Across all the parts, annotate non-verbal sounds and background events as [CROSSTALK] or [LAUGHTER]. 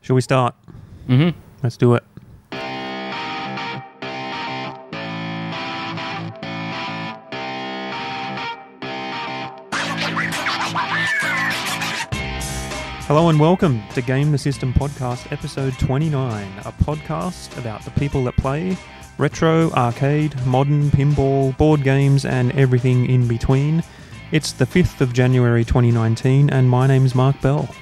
Shall we start? Mm-hmm. Let's do it. Hello and welcome to Game the System Podcast, episode 29, a podcast about the people that play retro, arcade, modern, pinball, board games, and everything in between. It's the 5th of January 2019, and my name's Mark Bell.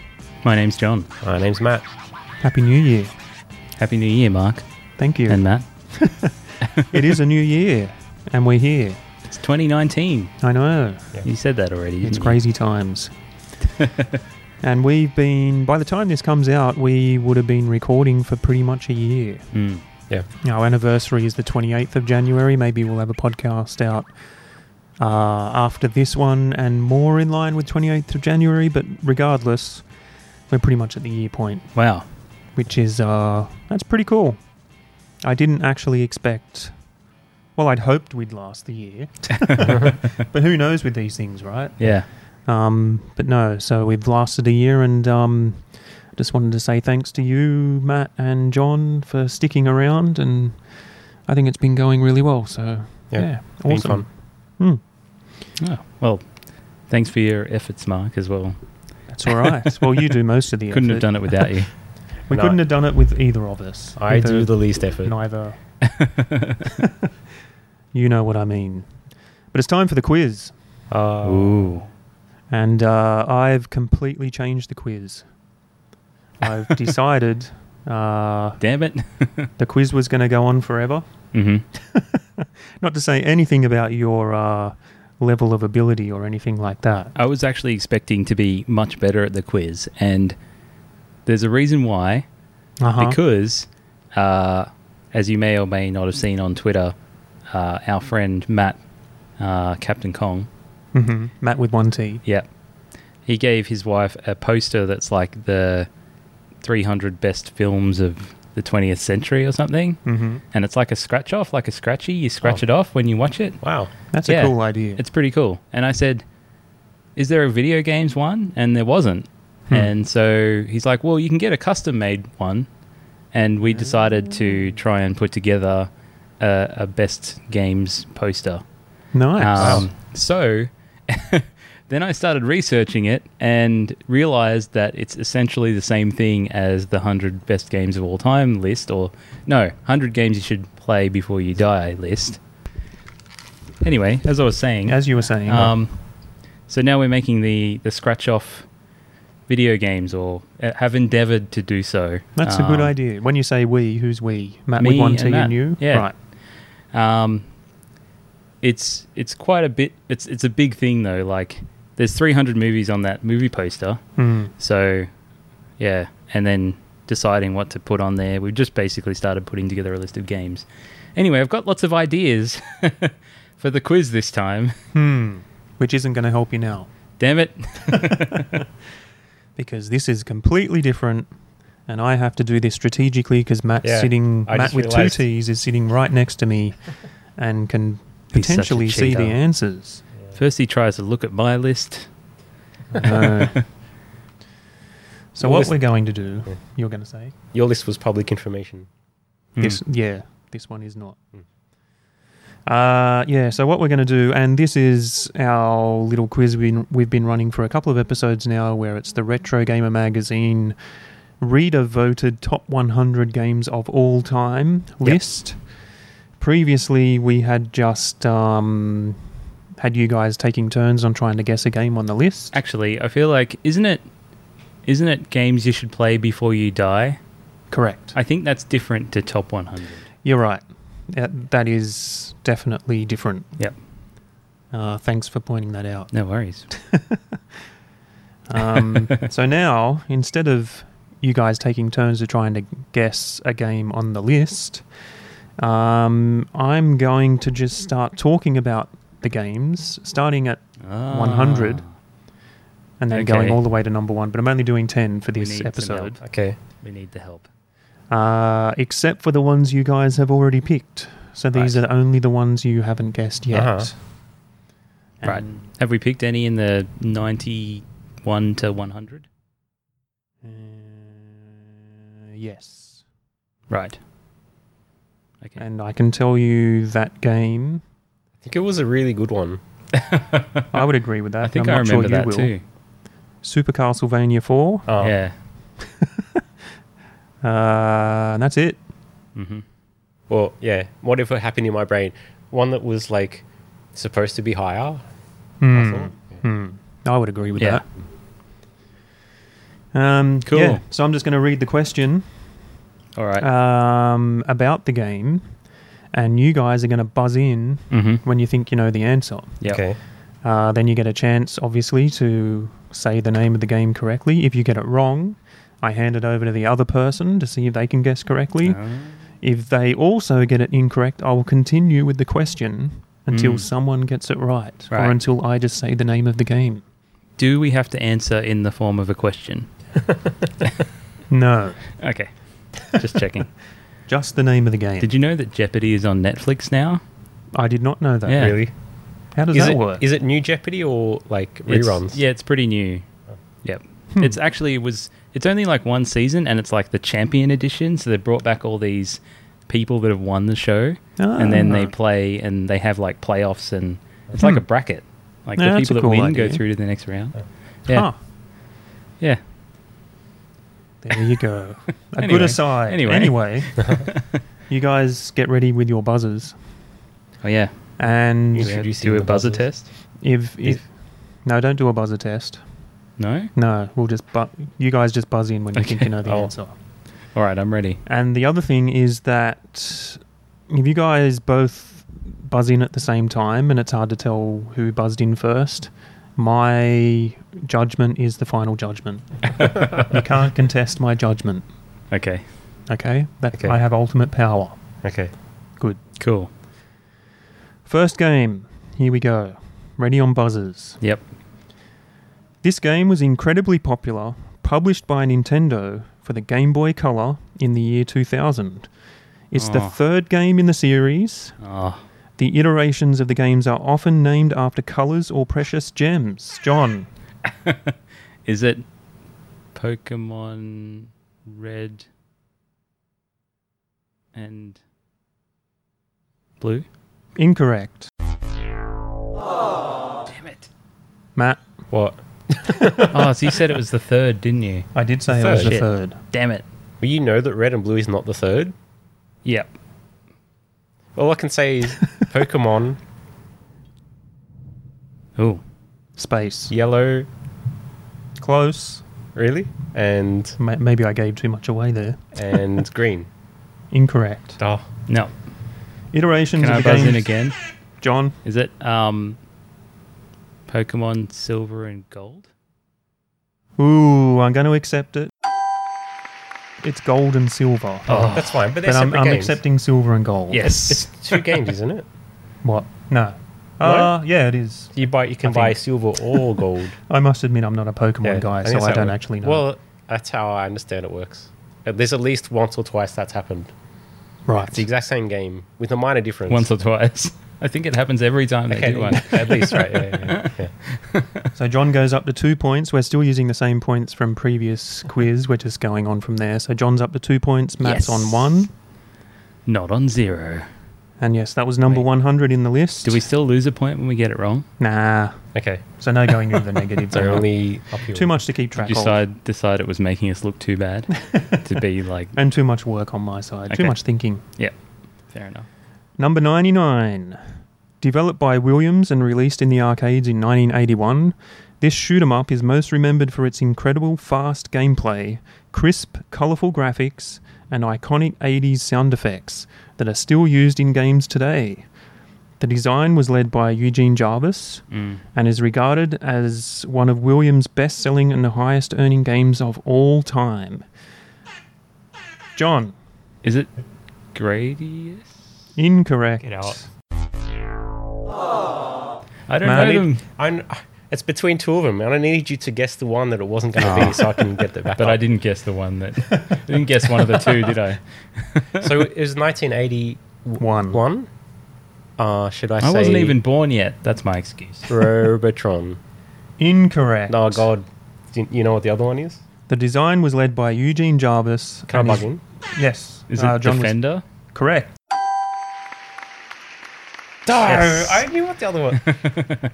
My name's John. My name's Matt. Happy New Year. Happy New Year, Mark Thank you. and Matt. [LAUGHS] it is a new year, and we're here. [LAUGHS] It's 2019. I know. You said that already. It's didn't you? [LAUGHS] crazy times. and we've been, by the time this comes out, we would have been recording for pretty much a year. Mm. Our anniversary is the 28th of January. Maybe we'll have a podcast out uh, after this one and more in line with 28th of January, but regardless, we're pretty much at the year point. Wow. which is uh that's pretty cool. I didn't actually expect well, I'd hoped we'd last the [LAUGHS] year. [LAUGHS] but who knows with these things, right? Yeah. Um but no, so we've lasted a year and um just wanted to say thanks to you, Matt and John for sticking around and I think it's been going really well, so Yeah, yeah, been awesome. Hmm, Oh, well, thanks for your efforts, Mark, as well. that's all [LAUGHS] right. well, you do most of the Couldn't have effort. done it without you. We No. couldn't have done it with either of us. I Either do the least effort. Neither. you know what I mean. But it's time for the quiz. Uh, Ooh. And uh, I've completely changed the quiz. [LAUGHS] I've decided uh, Damn it. [LAUGHS] the quiz was going to go on forever. Mm-hmm. Not to say anything about your uh, level of ability or anything like that. I was actually expecting to be much better at the quiz, and there's a reason why. Uh-huh. because, uh, as you may or may not have seen on Twitter, uh, our friend Matt, uh, Captain Kong, Mhm. Matt with one T. yeah, he gave his wife a poster that's like the 300 best films of the 20th century or something, Mm-hmm. and it's like a scratch off, like a scratchy. You scratch it off when you watch it. Wow. That's Yeah. a cool idea. It's pretty cool. And I said, Is there a video games one? And there wasn't. Hmm. And so he's like, Well, you can get a custom made one. And Ah. we decided to try and put together a, a best games poster. nice. Um, so [LAUGHS] then I started researching it and realized that it's essentially the same thing as the 100 best games of all time list, or no, 100 games you should play before you die list. Anyway, as I was saying, As you were saying, uh, um, so now we're making the, the scratch off video games, or uh, have endeavored to do so. that's a good Um, idea. When you say we, who's we? Matt with me one and T and, Matt. you? Yeah. Right. Um, it's it's quite a bit. It's it's a big thing though. Like there's 300 movies on that movie poster. Mm. So yeah, and then deciding what to put on there. We've just basically started putting together a list of games. Anyway, I've got lots of ideas [LAUGHS] for the quiz this time. Hmm. Which isn't going to help you now Damn it! because this is completely different, and I have to do this strategically because Matt's Yeah, sitting. I Matt just with realised. two T's is sitting right next to [LAUGHS] me, and can He's such a potentially see the cheater. [LAUGHS] answers. First he tries to look at my list. No. so Well, what this- we're going to do, Yeah. you're going to say Your list was public information. Hmm. this? Yeah, this one is not. Mm. Uh, yeah, so what we're going to do, and this is our little quiz we've been, we've been running for a couple of episodes now, where it's the Retro Gamer magazine reader voted top 100 games of all time list. Previously, we had just um, had you guys taking turns on trying to guess a game on the list. Actually, I feel like isn't it isn't it games you should play before you die? Correct. I think that's different to top 100. Uh, You're right. That that is definitely different. Yep. Uh, thanks for pointing that out. No worries. [LAUGHS] Um, so now, instead of you guys taking turns to trying to guess a game on the list, um, I'm going to just start talking about the games, starting at 100. Ah, and then going Okay. all the way to number one. But I'm only doing ten for We this need some episode, Okay. We need the help. uh, except for the ones you guys have already picked. So these Right. are only the ones you haven't guessed yet. Uh-huh. Right. And- Have we picked any in the 91 to 100? Uh, yes. Right. Okay. And I can tell you that game. I think it was a really good one. I would agree with that. [LAUGHS] I think Uh, I'm i not sure remember you that will. too. Super Castlevania 4. Oh, Yeah. Uh, and that's it. hmm Well, yeah. Whatever happened in my brain, one that was like supposed to be higher. I thought. Hmm. I would agree with Yeah. that. Um, Cool. yeah, so I'm just going to read the question All right. um, about the game, and you guys are going to buzz in mm-hmm. when you think you know the answer. Yeah. Okay. Uh, then you get a chance, obviously, to say the name of the game correctly. If you get it wrong, I hand it over to the other person to see if they can guess correctly. Uh, If they also get it incorrect, I will continue with the question until Mm. someone gets it right, Right. or until I just say the name of the game. Do we have to answer in the form of a question? No, Okay. Just [LAUGHS] checking. just the name of the game. Did you know that Jeopardy is on Netflix now? I did not know that. Yeah. Really? How does is that it work? is it New Jeopardy or like It's- reruns? yeah, it's pretty new. Yep. Hmm. It's actually it was it's only like one season and it's like the champion edition, so they brought back all these people that have won the show and then they Ah. play and they have like playoffs and it's like Hmm. a bracket. Like Yeah, the that's a people that cool win idea. go through to the next round. Yeah. Huh. Yeah. There you [LAUGHS] go. A good Anyway, aside. anyway. Anyway, you guys get ready with your buzzers. [LAUGHS] Oh yeah. And Yeah. We had to Introducing do a the buzzer buzzers. test. if, Is- if no, don't do a buzzer test. No? No, we'll just bu- you guys just buzz in when you think you Okay. know the Oh. answer. All right, I'm ready. And the other thing is that if you guys both buzz in at the same time and it's hard to tell who buzzed in first, my judgment is the final judgment. you can't contest my judgment. Okay. Okay? That Okay. I have ultimate power. Okay. Good. Cool. First game. Here we go. Ready on buzzers. Yep. This game was incredibly popular, published by Nintendo for the Game Boy Color in the year 2000. It's the Oh. third game in the series. Oh. The iterations of the games are often named after colors or precious gems. John, Is it Pokemon Red and Blue? incorrect. Damn it. Matt, What? Oh, so you said it was the third, didn't you? I did say it was Third. the Shit. third. Damn it. Well, you know that red and blue is not the third. Yep. All I can say [LAUGHS] is Pokemon Oh. Space. Yellow, Close. really, and Ma maybe I gave too much away there. and green. Incorrect. Oh, No. Iterations Can I of the buzz games. in again? John, Is it um Pokemon Silver and Gold? Ooh, I'm going to accept it. It's gold and silver. Oh. that's fine. But, they're but I'm, separate I'm games. accepting silver and gold. Yes. It's two games, isn't it? What? No. Uh, yeah, it is. You buy. You can I think- buy silver [LAUGHS] or gold. I must admit, I'm not a Pokemon Yeah, guy, I think so that's I how it don't works. actually know. Well, that's how I understand it works. Uh, There's at least once or twice that's happened. right. It's the exact same game with a minor difference. Once or twice. I think it happens every time [LAUGHS] they okay, do [LAUGHS] one. at least, right? Yeah, yeah, [LAUGHS] yeah. So John goes up to two points. We're still using the same points from previous quiz. We're just going on from there. So John's up to two points. Matt's Yes. on one. Not on zero. And yes, that was number Wait. 100 in the list. Do we still lose a point when we get it wrong? Nah. Okay, So no going into the [LAUGHS] negative. so there. only uphill. Too much to keep track Did you of. decide, decide it was making us look too bad to be like, And too much work on my side. Too Okay. much thinking. yeah, fair enough. Number 99. Developed by Williams and released in the arcades in 1981, this shoot 'em up is most remembered for its incredible fast gameplay, crisp, colourful graphics, and iconic 80s sound effects that are still used in games today. The design was led by Eugene Jarvis Mm. and is regarded as one of Williams' best selling and highest earning games of all time. John, Is it Gradius? incorrect. Get out. I don't Man, know I them, I kn- it's between two of them, and I need you to guess the one that it wasn't going to be, so I can get that back. but up. I didn't guess the one that. I didn't guess one of the two, did I? So it was 1981. One. Uh, should I, [LAUGHS] say? I wasn't even born yet. That's my excuse. [LAUGHS] Robotron. Incorrect. Oh God, Do you- you know what the other one is? The design was led by Eugene Jarvis. Can I and bug his- in? Yes. Is it uh, John was- Defender? correct. No, Yes. I knew what the other one. [LAUGHS]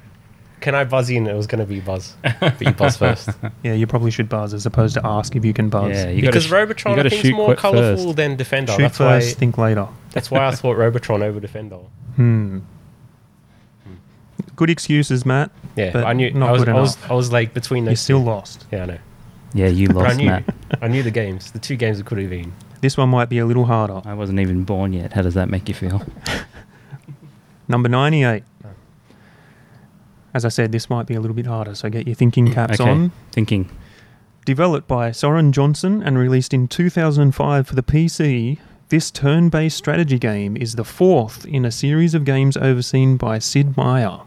Can I buzz in? It was going to be buzz, but you buzz first. Yeah, [LAUGHS] you probably should buzz as opposed to ask if you can buzz. Yeah, you because gotta sh- you Robotron, I gotta think, is shoot more quick colourful first. than Defender. Shoot that's first, why. think later. That's why I thought Robotron over Defender. Hmm. Good excuses, Matt. Yeah, But I knew. not I was, good I was, enough. I was like between You're those. still lost. two. Yeah, I know. Yeah, you But I lost, knew. Matt. [LAUGHS] I knew the games. The two games it could have been. This one might be a little harder. I wasn't even born yet. How does that make you feel? Number 98. Oh. As I said, this might be a little bit harder, so get your thinking caps okay. on. Thinking. Developed by Soren Johnson and released in 2005 for the PC, this turn based strategy game is the fourth in a series of games overseen by Sid Meier.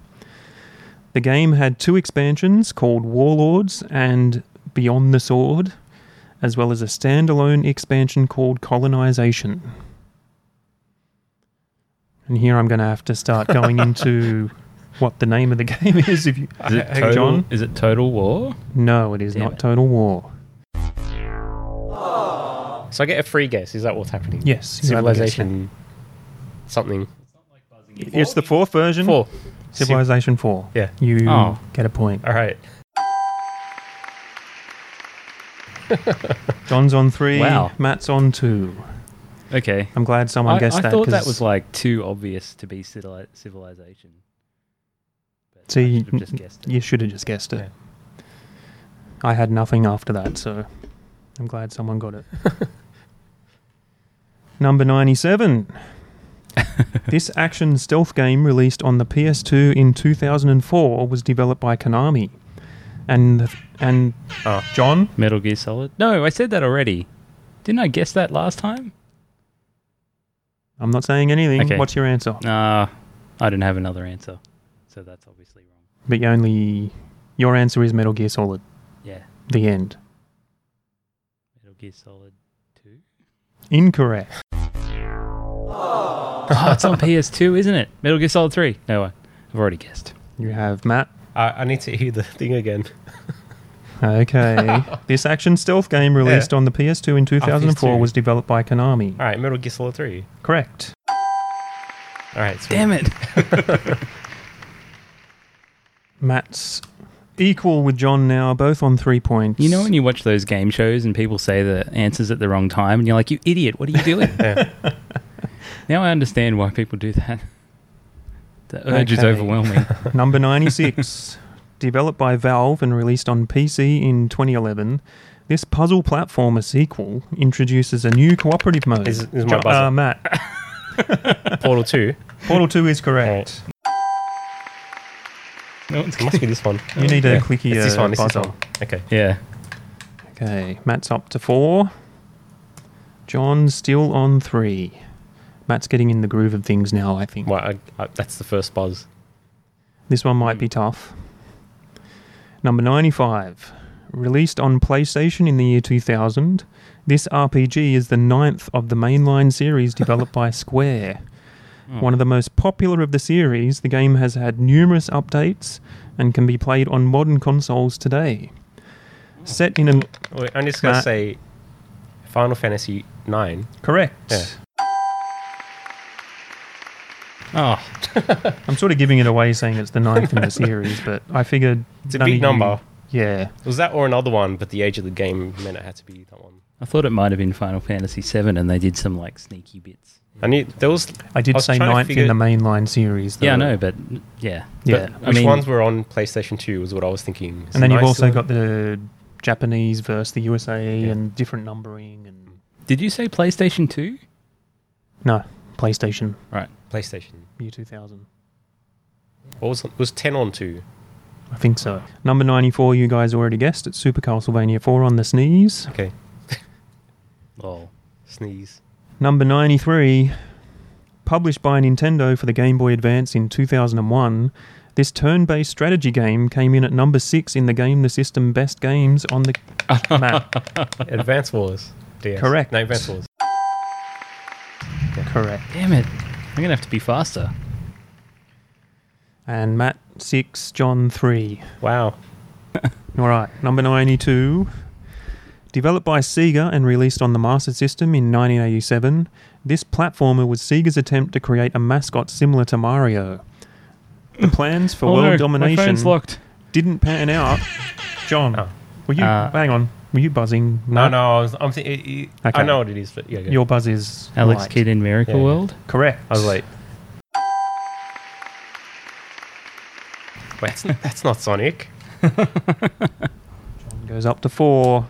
The game had two expansions called Warlords and Beyond the Sword, as well as a standalone expansion called Colonization. And here I'm going to have to start [LAUGHS] going into what the name of the game is. If you Is it, Hey, total, John? is it Total War? no, it is Damn not it. Total War. So I get a free guess. Is that what's happening? Yes, you have a guess now. Civilization. Something. It's the fourth version. Four. Civilization Four. Yeah. You Oh. get a point. All right. John's on three. Wow. Matt's on two. Okay. I'm glad someone I, guessed I that. thought that 'cause- was like too obvious to be civili- civilization. But So I you- should've just guessed. it. you should have just guessed it. Yeah. I had nothing after that, so I'm glad someone got [LAUGHS] it. Number [LAUGHS] 97. this action stealth game released on the PS2 in 2004 was developed by Konami. And and Oh. John, Metal Gear Solid? No, I said that already. Didn't I guess that last time? I'm not saying anything. Okay. What's your answer? Nah, Uh, I didn't have another answer. So that's obviously wrong. But you only your answer is Metal Gear Solid. Yeah. The end. Metal Gear Solid 2? Incorrect. oh, it's on PS2, isn't it? Metal Gear Solid 3. No, I- I've already guessed. You have Matt. Uh, I, I need to hear the thing again. [LAUGHS] Okay. this action stealth game released on the PS2 Oh, in 2004 PS2. was developed by Konami. All right, Metal Gear Solid 3. Correct. All right. Sweet. Damn it. Matt's equal with John now, both on three points. You know when you watch those game shows and people say the answers at the wrong time and you're like, you idiot, what are you [LAUGHS] doing? Yeah. now I understand why people do that. [LAUGHS] The urge is Okay. [LAUGHS] overwhelming. Number 96. [LAUGHS] Developed by Valve and released on PC in 2011, this puzzle platformer sequel introduces a new cooperative mode. Is- is my Jo- buzzer. uh, Matt, [LAUGHS] Portal 2. Portal 2 is correct. no one's It must be this one. You need a Yeah. clicky It's this uh, one. It's this buzzer. one. Okay. Yeah. Okay, Matt's up to four. John's still on three. Matt's getting in the groove of things now, I think. Well, I, I, that's the first buzz. This one might be tough. Number 95. Released on PlayStation in the year 2000, this RPG is the ninth of the mainline series developed by Square. Oh. One of the most popular of the series, the game has had numerous updates and can be played on modern consoles today. Set in an Wait, I'm just going to Matt. say Final Fantasy 9. correct. Yeah. Oh, I'm sort of giving it away saying it's the ninth [LAUGHS] in the series, but I figured It's a none big of you- number. Yeah, It was that or another one, but the age of the game meant it had to be that one. I thought it might have been Final Fantasy VII and they did some like sneaky bits. I knew there was. I did I was say trying to ninth figure- in the mainline series. Though. Yeah, I know, but yeah. Yeah. But, I Which mean, ones were on PlayStation 2 was what I was thinking. So and then you've nice also to- got the Japanese versus the USA Yeah. and different numbering and Did you say PlayStation 2? no PlayStation Right. PlayStation. year 2000. What was was 10 on 2? I think so. Number 94, you guys already guessed. It's Super Castlevania 4 on the sneeze. Okay. Lol. Sneeze. Number 93, published by Nintendo for the Game Boy Advance in 2001, this turn based strategy game came in at number 6 in the Game the System Best Games on [LAUGHS] the map. Advance Wars. DS. Correct. No, Advance Wars. Correct. Damn it. I'm going to have to be faster. And Matt 6, John 3. Wow. All right, number 92. Developed by Sega and released on the Master System in 1987, this platformer was Sega's attempt to create a mascot similar to Mario. The plans for oh world no, My domination phone's locked. didn't pan out. John, Oh. were you Uh, hang on? Were you buzzing? No, no, I was, I'm thi- it- it- I Okay. know what it is, but yeah, yeah. Your buzz is Alex right. Kidd in Miracle Yeah, yeah. World. Correct. I was [LAUGHS] like, wait, that's, n- that's not Sonic. John goes up to four.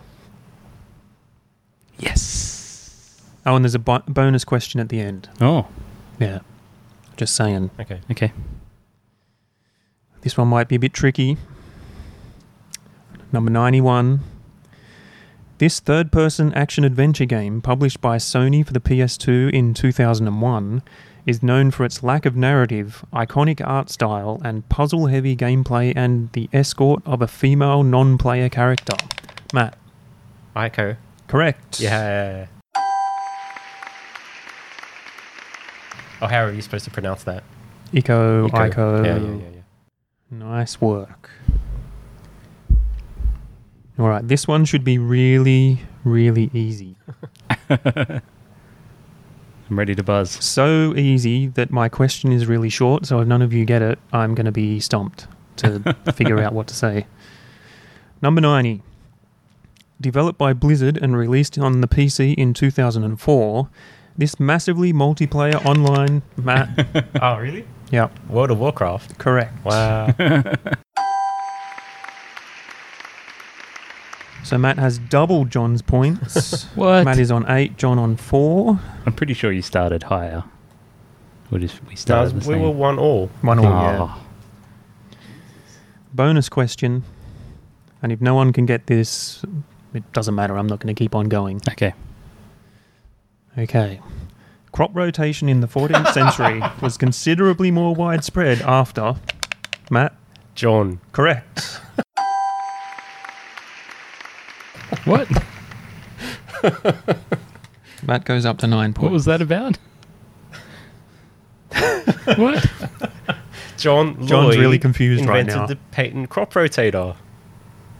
Yes. Oh, and there's a bo- bonus question at the end. Oh, Yeah, just saying. Okay, okay. This one might be a bit tricky. Number 91. This third person action adventure game, published by Sony for the PS2 in 2001, is known for its lack of narrative, iconic art style, and puzzle heavy gameplay and the escort of a female non player character. Matt, Ico. correct. Yeah. Oh, how are you supposed to pronounce that? Ico, Ico. Yeah, yeah, yeah, yeah. Nice work. All right, this one should be really, really easy. I'm ready to buzz. so easy that my question is really short. So if none of you get it, I'm going to be stumped to figure out what to say. Number 90. Developed by Blizzard and released on the PC in 2004, this massively multiplayer online. Matt. oh, really? yeah, World of Warcraft. correct. [LAUGHS] Wow. So Matt has double John's points. What? Matt is on eight, John on four. I'm pretty sure you started higher. Or just we No, started the we same. were one all. One all. yeah. Ah. Oh. bonus question. And if no one can get this, it doesn't matter. I'm not going to keep on going. Okay. Okay. Crop rotation in the 14th century was considerably more widespread after. Matt, John. correct. What? [LAUGHS] Matt goes up to nine what was that [LAUGHS] about? what? John. John's Lloyd really confused right invented now. the patent crop rotator.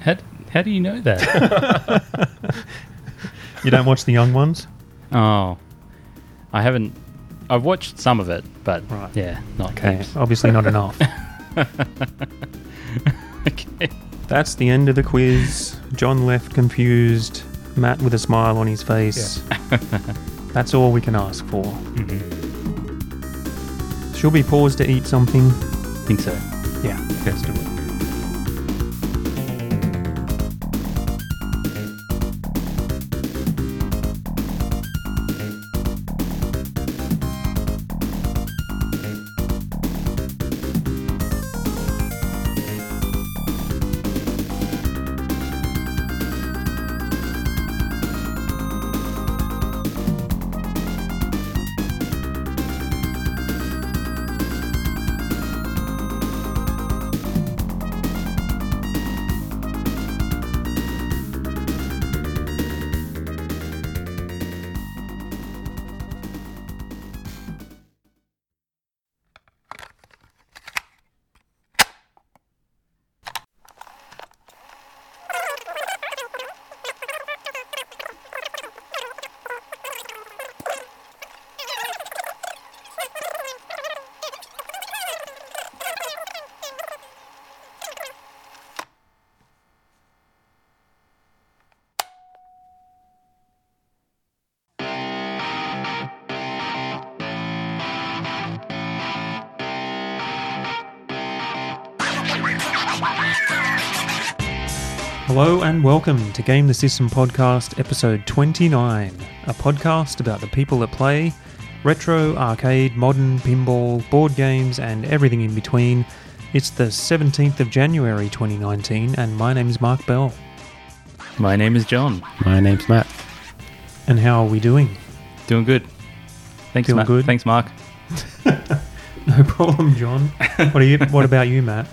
How, how do you know that? You don't watch the young ones? [LAUGHS] oh, I haven't. I've watched some of it, but Right. yeah, not [LAUGHS] heaps. Obviously not enough. okay. That's the end of the quiz. John left confused. Matt with a smile on his face. That's all we can ask for. Mm-hmm. She'll be paused to eat something. think so. Yeah, let's do it. Hello and welcome to Game the System Podcast, episode 29, a podcast about the people that play retro, arcade, modern, pinball, board games, and everything in between. It's the 17th of January 2019, and my name's Mark Bell. My name is John. My name's Matt. And how are we doing? Doing good. Thanks, Doing Mark. good. Thanks, Mark. [LAUGHS] No problem, John. What, are you, what about you, Matt?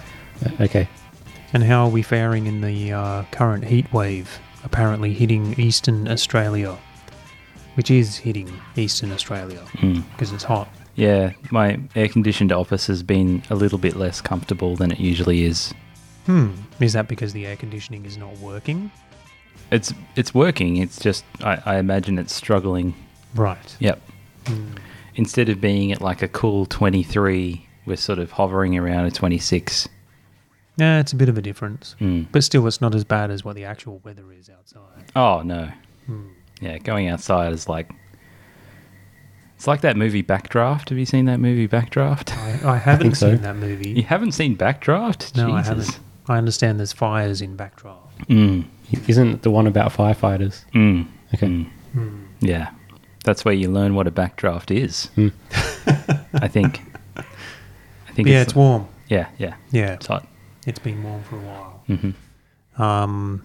Okay. And how are we faring in the uh, current heat wave apparently hitting eastern Australia? Which is hitting eastern Australia Mm. because it's hot. Yeah, my air-conditioned office has been a little bit less comfortable than it usually is. Hmm. Is that because the air conditioning is not working? It's it's working. It's just I, I imagine it's struggling. Right. Yep. Hmm. Instead of being at like a cool twenty three, we're sort of hovering around a twenty six. Yeah, it's a bit of a difference. Mm. But still, it's not as bad as what the actual weather is outside. Oh no. Hmm. Yeah, going outside is like it's like that movie Backdraft. Have you seen that movie Backdraft? I, I haven't so. seen that movie. [LAUGHS] You haven't seen Backdraft? No, I Jesus. haven't. I understand there's fires in backdraft. Mm, Isn't it the one about firefighters? mm, Okay. mm. Hmm. Yeah, that's where you learn what a backdraft is. Hmm. I think. I think. Yeah, it's warm. yeah, yeah. Yeah, It's hot. it's been warm for a while. hmm Um,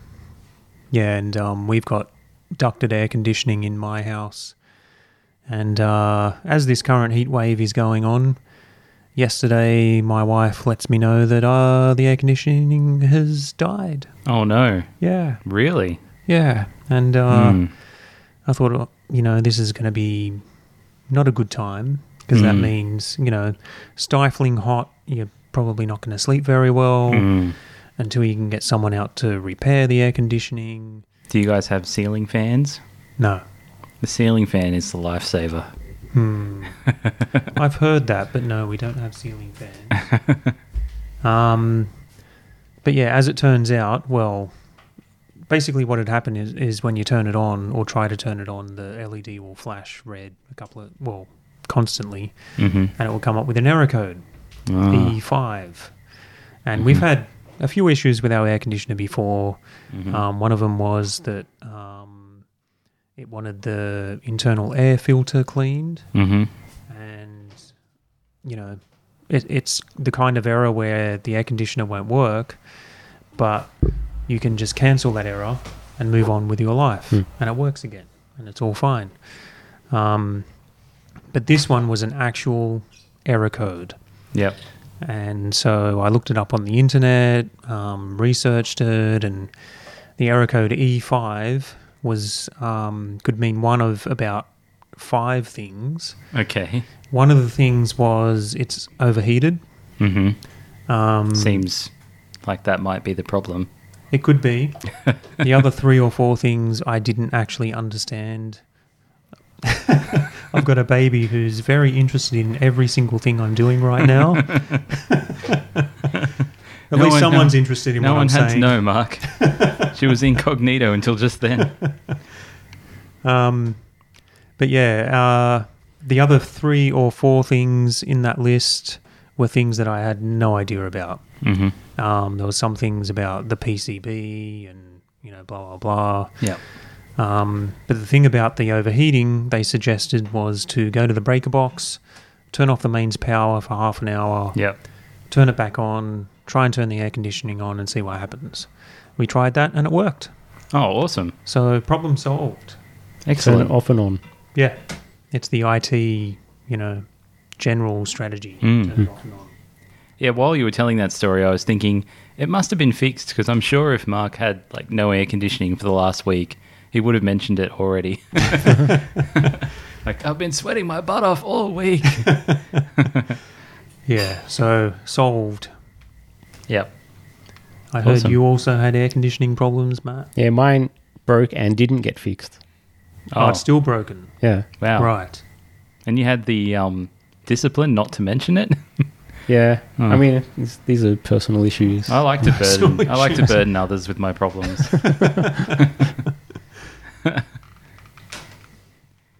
yeah, and um, we've got ducted air conditioning in my house. And uh, as this current heat wave is going on, yesterday my wife lets me know that uh, the air conditioning has died. Oh no! Yeah, Really? yeah. And uh, Mm. I thought, uh, you know, this is going to be not a good time because that Mm. means, you know, stifling hot, you're probably not going to sleep very well Mm. until you can get someone out to repair the air conditioning. Do you guys have ceiling fans? No. The ceiling fan is the lifesaver. Hmm. I've heard that, but no, we don't have ceiling fans. um, but yeah, as it turns out, well, basically what had happened is, is when you turn it on or try to turn it on, the LED will flash red a couple of, well, constantly, Mm-hmm. and it will come up with an error code, Ah. E5. And we've had a few issues with our air conditioner before. Um, one of them was that um, it wanted the internal air filter cleaned hmm and you know it, it's the kind of error where the air conditioner won't work but you can just cancel that error and move on with your life Hmm. and it works again and it's all fine um, but this one was an actual error code Yep. and so I looked it up on the internet, um, researched it, and the error code E5 was um, could mean one of about five things. Okay. One of the things was it's overheated. hmm Um, Seems like that might be the problem. It could be. the [LAUGHS] other three or four things I didn't actually understand. I've got a baby who's very interested in every single thing I'm doing right [LAUGHS] now. At No least one- someone's no- interested in No what one I'm had saying. to [LAUGHS] know, Mark. she was incognito until just then. Um, but yeah, uh, the other three or four things in that list were things that I had no idea about. Mm-hmm. Um, there were some things about the PCB and you know blah blah Yep. blah. Um, but the thing about the overheating they suggested was to go to the breaker box, turn off the mains power for half an hour, Yep. turn it back on, try and turn the air conditioning on, and see what happens. We tried that and it worked. Oh, awesome. So problem solved. Turn Excellent. it off and on. Yeah, it's the IT, you know, general strategy. Mm. Turn it off and on. Yeah, while you were telling that story, I was thinking it must have been fixed because I'm sure if Mark had like no air conditioning for the last week, he would have mentioned it [LAUGHS] already. [LAUGHS] like I've been sweating my butt off [LAUGHS] all week. Yeah, so solved. yep. I heard Awesome. you also had air conditioning problems, Matt. Yeah, mine broke and didn't get fixed. Oh, it's still broken. Yeah. wow. Right. And you had the um, discipline not to [LAUGHS] mention it. Yeah. Hmm. Oh, I mean, it's, these are personal issues. I like to Personal burden. I like to issues. burden others with [LAUGHS] my problems.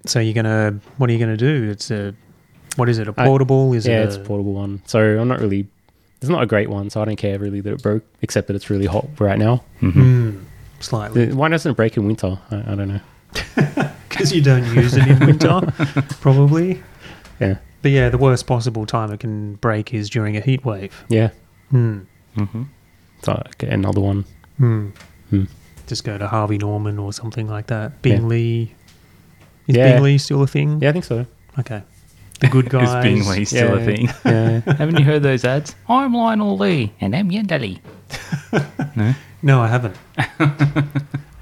So you're gonna, what are you gonna do? It's a, what is it? A portable? is yeah, it? it's a portable one. So I'm not really. It's not a great one, so I don't care really that it broke, except that it's really hot right now. Mhm. Mm, slightly The- Why doesn't it break in winter? I, I don't know. because you don't use [LAUGHS] it in winter, probably. Yeah. But yeah, the worst possible time it can break is during a heat wave. Yeah. Hmm. Mhm. So I get another one. Hmm. Hmm. Just go to Harvey Norman or something like that. Bingley. Is Yeah. Bingley still a thing? Yeah, I think so. Okay. The good guys. [LAUGHS] Is Bingley still a [LAUGHS] Yeah. thing? [LAUGHS] [LAUGHS] Yeah. Haven't you heard those ads? I'm Lionel Lee and I'm Yandali. no. No, I [LAUGHS] haven't.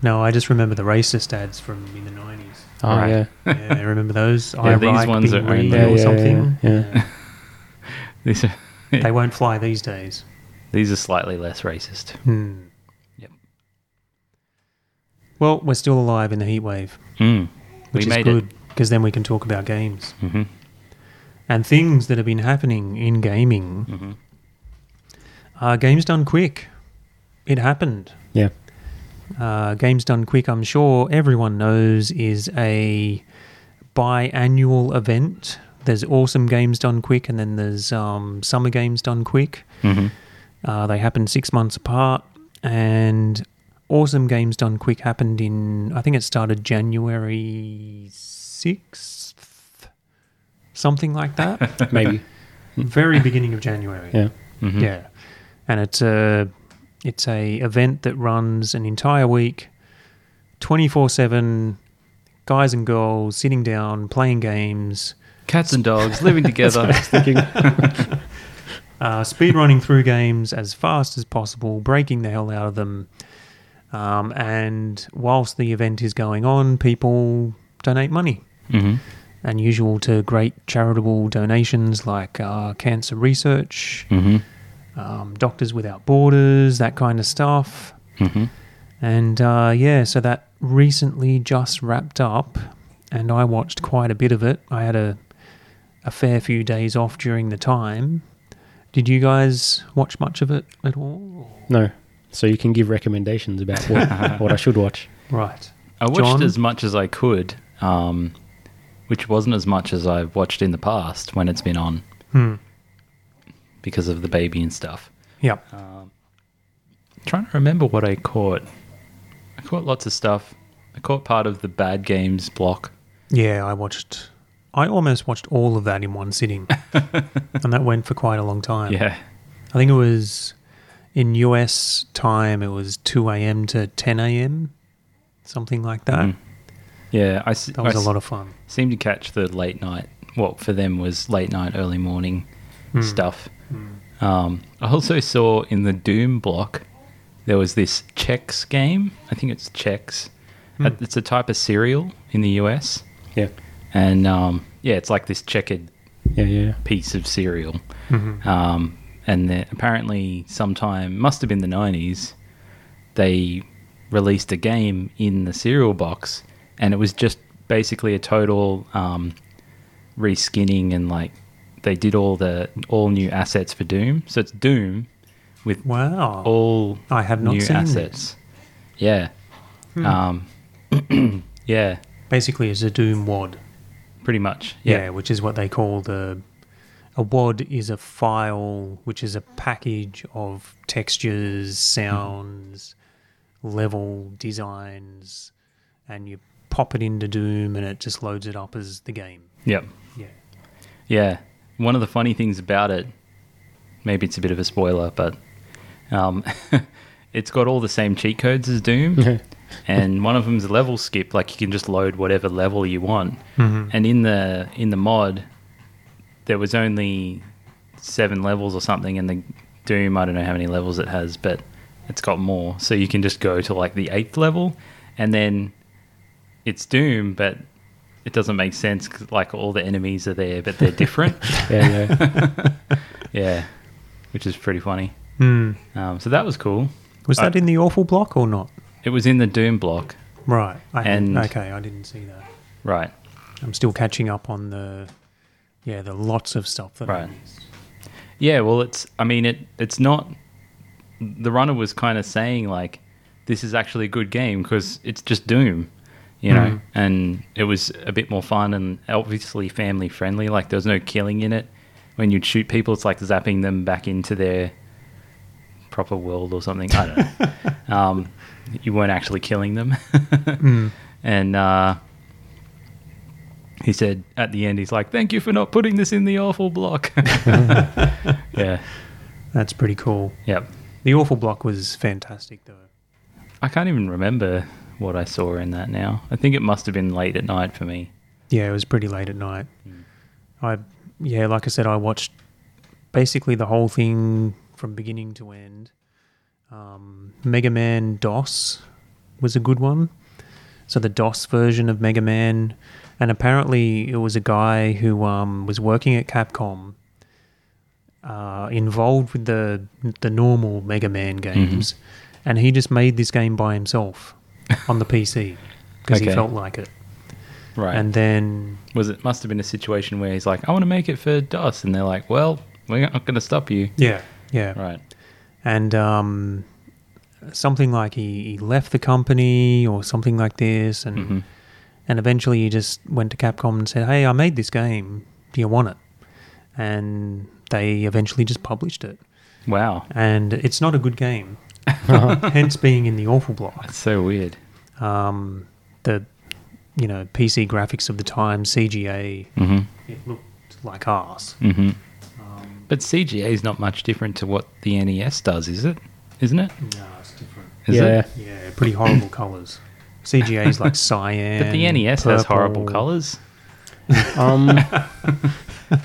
no, I just remember the racist ads from in the [LAUGHS] nineties. oh, Right. yeah. Yeah, I remember those. Yeah, I these Reich, ones are Bing Reed or only- Yeah, yeah, something. yeah, yeah. These are they won't fly these days. these are slightly less racist. Hmm. Yep. Well, we're still alive in the heat wave, Mm. which we is made good because then we can talk about games it. hmm and things that have been happening in gaming. Mhm. Uh, games done quick. It happened. Yeah. Uh, Games Done Quick, I'm sure everyone knows, is a biannual event. There's awesome games done quick, and then there's um, summer games done quick. hmm Uh, they happen six months apart, and awesome games done quick happened in I think it started January sixth, something like [LAUGHS] that, Maybe. very beginning of January. yeah. hmm Yeah, and it's a it's a event that runs an entire week, twenty four seven. Guys and girls sitting down playing games, Cats and dogs [LAUGHS] living together. Thinking, uh, speed running through games as fast as possible, breaking the hell out of them. Um, and whilst the event is going on, people donate money, hmm unusual to great charitable donations like uh, cancer research, hmm um, Doctors Without Borders, that kind of stuff. hmm And uh, yeah, so that recently just wrapped up, and I watched quite a bit of it. I had a a fair few days off during the time. Did you guys watch much of it at all? no. So you can give recommendations about [LAUGHS] what, what I should watch. Right. I watched John? as much as I could, um, which wasn't as much as I've watched in the past when it's been on Hmm. because of the baby and stuff. Yeah. trying to remember what I caught. I caught lots of stuff. I caught part of the bad games block. Yeah, I watched. I almost watched all of that in one sitting, and that went for quite a long time. Yeah. I think it was in US time. It was two a.m. to ten a.m. Something like that. Mhm. Yeah, I, s- That was I a s- lot of fun. seemed to catch the late night, what for them was late night, early morning stuff. Um, I also saw in the Doom block, there was this Chex game. I think it's Chex. Uh, It's a type of cereal in the US. Yeah. And um, yeah, it's like this checkered Yeah, yeah. piece of cereal. Mm-hmm. Um, and the, apparently, sometime, must have been the 90s, they released a game in the cereal box, and it was just basically a total um, reskinning and like they did all the all new assets for Doom. So it's Doom with Wow. all I have not new seen this. Hmm. assets. Yeah. Um, [CLEARS THROAT] yeah, basically it's a Doom WAD. pretty much. Yeah. Yeah. which is what they call the. A WAD is a file, which is a package of textures, sounds, level designs, and you pop it into Doom and it just loads it up as the game. Yep. Yeah. Yeah. One of the funny things about it, maybe it's a bit of a spoiler, but um, [LAUGHS] it's got all the same cheat codes as Doom. and one of them's a level skip, like you can just load whatever level you want. And in the in the mod, there was only seven levels or something, and the Doom, I don't know how many levels it has, but it's got more. So you can just go to like the eighth level, and then it's Doom, but it doesn't make sense. 'cause, like all the enemies are there, but they're different. Yeah, [LAUGHS] yeah. yeah, which is pretty funny. Hmm. Um, so that was cool. Was Uh, that in the awful block or not? It was in the Doom block, Right. I and- okay, I didn't see that. right? I'm still catching up on the. Yeah, the lots of stuff that. I Right. missed. Yeah, well, it's. I mean, it. It's not. The runner was kind of saying like, "This is actually a good game because it's just Doom," you know. And it was a bit more fun and obviously family friendly. Like there was no killing in it. When you'd shoot people, it's like zapping them back into their proper world or something. I don't know. um, you weren't actually killing them. [LAUGHS] And uh, he said at the end, he's like, "Thank you for not putting this in the awful block." [LAUGHS] yeah. That's pretty cool. Yep. The awful block was fantastic, though. I can't even remember what I saw in that now. I think it must have been late at night for me. Yeah, it was pretty late at night. Hmm. I yeah, like I said, I watched basically the whole thing from beginning to end. Um, Mega Man DOS was a good one. So the DOS version of Mega Man, and apparently it was a guy who um, was working at Capcom, uh, involved Mm-hmm. with the the normal Mega Man games, and he just made this game by himself. on the PC because he Okay. felt like it. Right. And then was it must have been a situation where he's like, I want to make it for DOS, and they're like, Well, we're not going to stop you. yeah, yeah, Right. and um, something like he, he left the company or something like this, and Mhm. and eventually he just went to Capcom and said, "Hey, I made this game. Do you want it?" And they eventually just published it, Wow, and it's not a good game, Uh-huh. hence being in the awful block. that's so weird. Um, the you know PC graphics of the time, CGA, Mm-hmm. it looked like arse. Mm-hmm. but CGA is not much different to what the NES does, is it? Isn't it? No, it's different. Is yeah. it? Yeah, pretty horrible colours. CGA is [COUGHS] like cyan. But the NES has horrible purple. colors. Um, I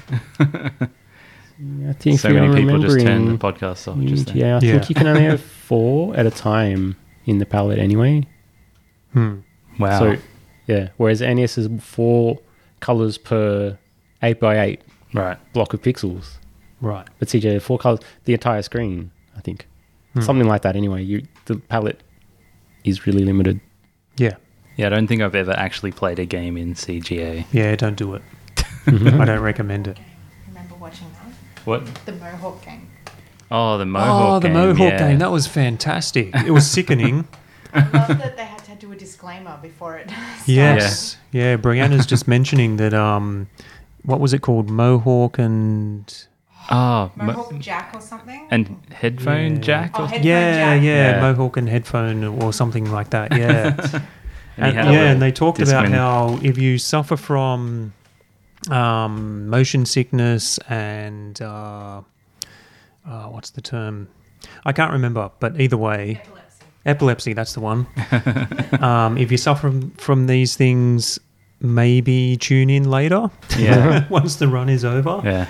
think So we many are people just turn the remembering- podcast off. Just then. yeah, I Yeah. think you can only have four at a time in the palette anyway. Hmm. Wow. So, yeah. Whereas NES is four colors per eight by eight right. block of pixels, Right. but CJ four colors the entire screen. I think something like that. Anyway, you the palette is really limited. Yeah. Yeah, I don't think I've ever actually played a game in CGA. Yeah. Don't do [LAUGHS] it. I don't recommend it. remember watching that? What? The Mohawk game. Oh, the Mohawk. oh, the game, Mohawk yeah. game. That was fantastic. It was [LAUGHS] sickening. I love that they had to do a disclaimer before it. [LAUGHS] started. yes. Yeah. Brianna's just mentioning that. Um, what was it called? Mohawk and Oh, Mo- Mohawk Jack or something. and headphone Yeah. jack. oh, Or Headphone yeah, Jack. yeah, Yeah. Mohawk and headphone or something like that. Yeah. [LAUGHS] and, And he had a yeah, and they talked about Discman. how if you suffer from um, motion sickness and uh, uh, what's the term? I can't remember, but either way, Epilepsy. epilepsy, that's the one. um, if you suffer from, from these things, maybe tune in later [LAUGHS] Yeah. once the run is over. yeah.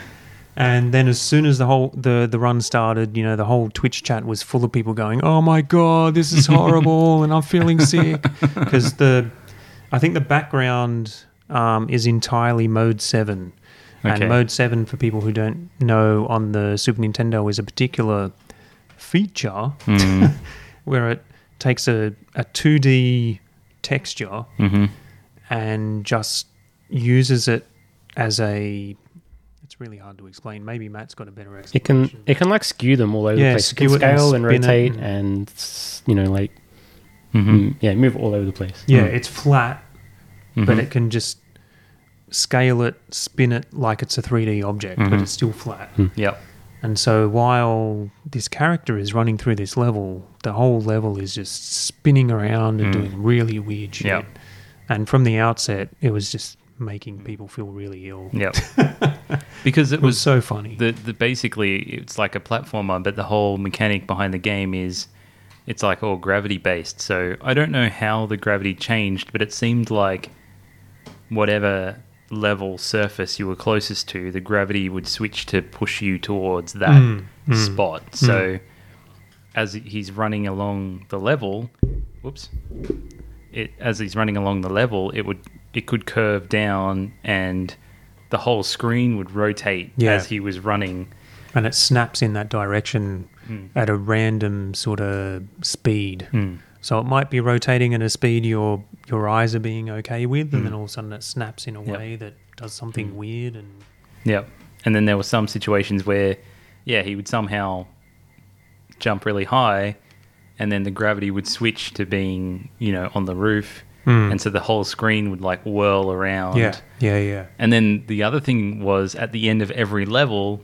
And then as soon as the whole the, the run started, you know, the whole Twitch chat was full of people going, "Oh my god, this is horrible," and I'm feeling sick because the I think the background um, is entirely Mode Seven, Okay. and Mode Seven for people who don't know on the Super Nintendo is a particular feature Mm. where it takes a a 2D texture hmm and just uses it as a. It's really hard to explain. Maybe Matt's got a better It explanation. can it can like skew them all over Yeah, the place. It can skew it and scale and, spin it rotate and- and s- you know like hmm mm, yeah move all over the place. yeah, it's flat, but Mm-hmm. Mhm. it can just scale it, spin it like it's a 3D object, but Mm-hmm. Mhm. it's still flat. Hmm. Yep. And so while this character is running through this level, the whole level is just spinning around and Hmm. Mm. doing really weird shit. Yep. And from the outset, it was just making people feel really ill. [LAUGHS] Yep. because it It was was so funny. the, the basically it's like a platformer, but the whole mechanic behind the game is it's like all gravity based. So I don't know how the gravity changed, but it seemed like whatever level surface you were closest to, the gravity would switch to push you towards that Mm, mm, spot. So as he's running along the level, whoops. It as he's running along the level, it would it could curve down and the whole screen would rotate Yeah. as he was running. and it snaps in that direction at a random sort of speed. So it might be rotating at a speed your your eyes are being okay with, and then all of a sudden it snaps in a Yep. way that does something weird. And Yep. And then there were some situations where, yeah, he would somehow jump really high, and then the gravity would switch to being, you know, on the roof, and so the whole screen would like whirl around. yeah, yeah, yeah, And then the other thing was at the end of every level,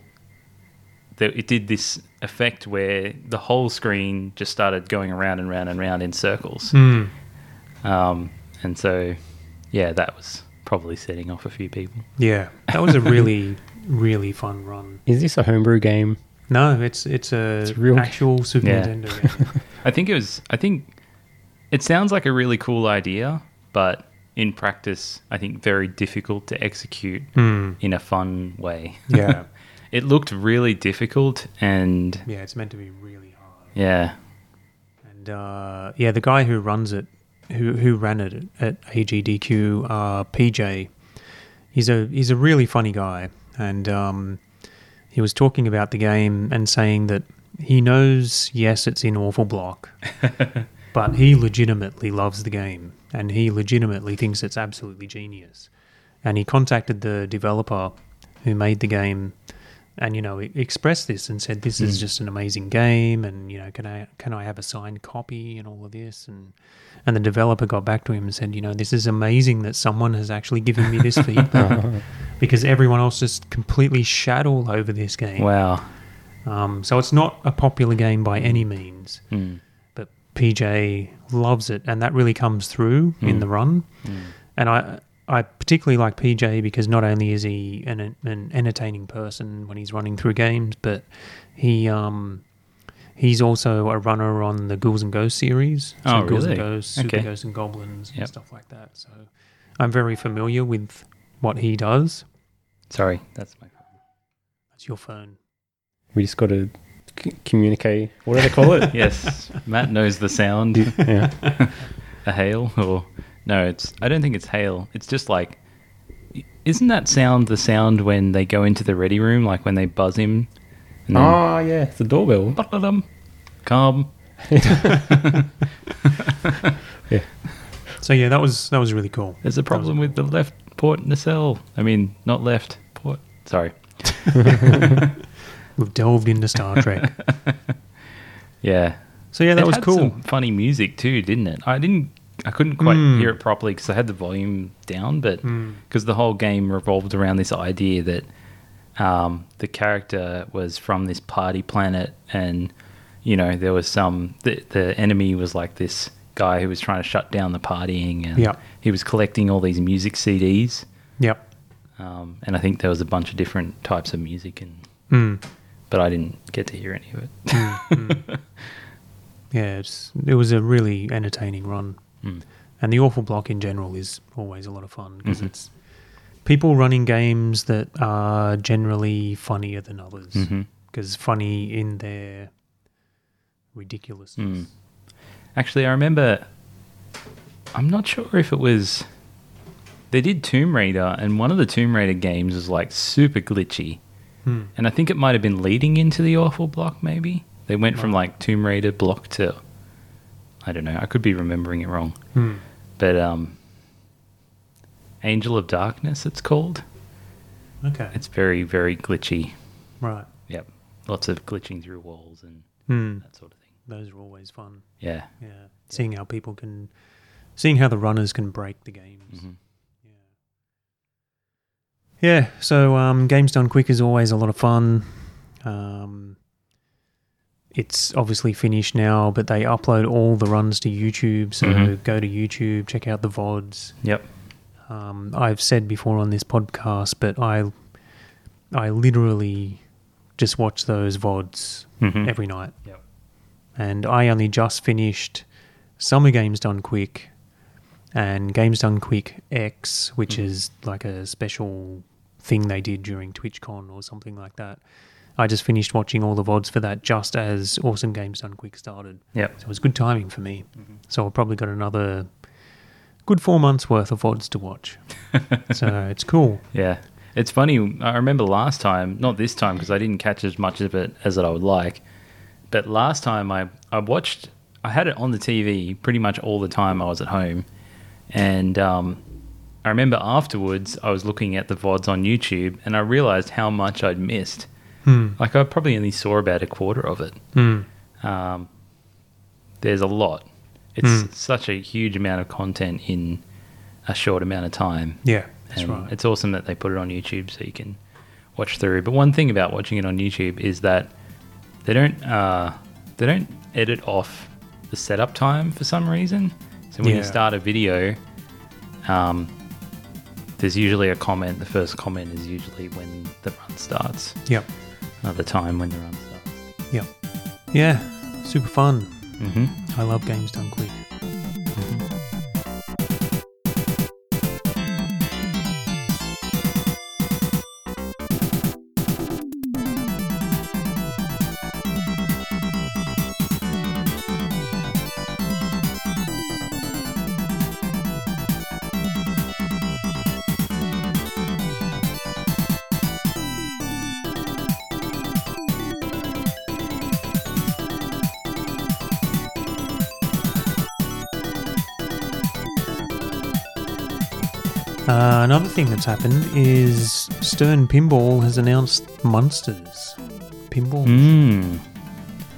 that it did this effect where the whole screen just started going around and round and round in circles. Hmm. Um, and so, yeah, that was probably setting off a few people. yeah. That was a really [LAUGHS] really fun run. Is this a homebrew game? No, it's it's a It's real- actual Super Yeah. Nintendo game. I think it was. I think it sounds like a really cool idea, but in practice, I think very difficult to execute in a fun way. Yeah, [LAUGHS] It looked really difficult, and yeah. It's meant to be really hard. yeah, And uh, yeah, the guy who runs it, who who ran it at AGDQ, uh, PJ, he's a he's a really funny guy, and um, he was talking about the game and saying that he knows, yes, it's in awful block, But he legitimately loves the game and he legitimately thinks it's absolutely genius. And he contacted the developer who made the game and you know e- expressed this and said this is just an amazing game and you know can I can I have a signed copy and all of this and and the developer got back to him and said you know this is amazing that someone has actually given me this feedback because everyone else just completely shat all over this game. Wow. Um, so it's not a popular game by any means, Mm. but PJ loves it, and that really comes through Hmm. in the run. And I, I particularly like PJ because not only is he an, an entertaining person when he's running through games, but he, um, he's also a runner on the Ghouls and Ghosts series. So Oh, Ghouls really? and Ghosts, Super Okay. Ghosts and Goblins, and Yep. stuff like that. So I'm very familiar with what he does. Sorry, that's my. That's your phone. We just got to c- communicate. What do they [LAUGHS] call it? Yes, Matt knows the sound. yeah. a hail or no it's i don't think it's hail it's just like isn't that sound the sound when they go into the ready room like when they buzz him and then, Ah, Oh, yeah. It's the doorbell. "Ba-da-dum, come So yeah, that was that was really cool. there's a problem with the left port nacelle i mean not left port sorry We've delved into Star [LAUGHS] Trek. yeah So yeah, that It was had cool. some funny music too didn't it i didn't i couldn't quite Mm. hear it properly because i had the volume down but Hmm. because the whole game revolved around this idea that um, the character was from this party planet and you know there was some the, the enemy was like this guy who was trying to shut down the partying and Yeah. he was collecting all these music cds Yep. um, and i think there was a bunch of different types of music and Mm. but i didn't get to hear any of it [LAUGHS] Yeah, it's, it was a really entertaining run, Mm. and the awful block in general is always a lot of fun because it's people running games that are generally funnier than others Mhm. because funny in their ridiculousness. Mm. Actually, I remember. I'm not sure if it was. They did Tomb Raider, and one of the Tomb Raider games was like super glitchy. Hmm. And I think it might have been leading into the awful block, maybe. They went from like Tomb Raider block to. I don't know. I could be remembering it wrong. Hmm. But, um. Angel of Darkness, it's called. Okay, It's very, very glitchy. right. Yep. Lots of glitching through walls and Hmm. that sort of thing. Those are always fun. Yeah. Yeah, seeing how people can, seeing how the runners can break the games. Mhm. Yeah, so um, Games Done Quick is always a lot of fun. Um, it's obviously finished now, but they upload all the runs to YouTube. So Mhm. go to YouTube, check out the VODs. Yep. Um, I've said before on this podcast, but I, I literally just watch those VODs Mhm. every night. Yep. And I only just finished Summer Games Done Quick and Games Done Quick X, which Mm-hmm. is like a special thing they did during TwitchCon or something like that. I just finished watching all the VODs for that just as Awesome Games Done Quick started. Yep. So it was good timing for me. Mm-hmm. So I've probably got another good four months worth of VODs to [LAUGHS] watch. so it's cool. Yeah. It's funny. I remember last time, not this time because I didn't catch as much of it as that I would like. But last time I, I watched, I had it on the TV pretty much all the time I was at home. And um, I remember afterwards, I was looking at the VODs on YouTube and I realized how much I'd missed. Like, I probably only saw about a quarter of it. Mm, Um, there's a lot. It's Hmm. such a huge amount of content in a short amount of time. Yeah, that's And right. It's awesome that they put it on YouTube so you can watch through. But one thing about watching it on YouTube is that they don't uh, they don't edit off the setup time for some reason. So when Yeah. you start a video, um, there's usually a comment. The first comment is usually when the run starts, Yep. uh, the time when the run starts. Yep. Yeah, super fun. Mm-hmm. I love games done quick. Uh, another thing that's happened is Stern Pinball has announced Monsters. Pinball? Mm.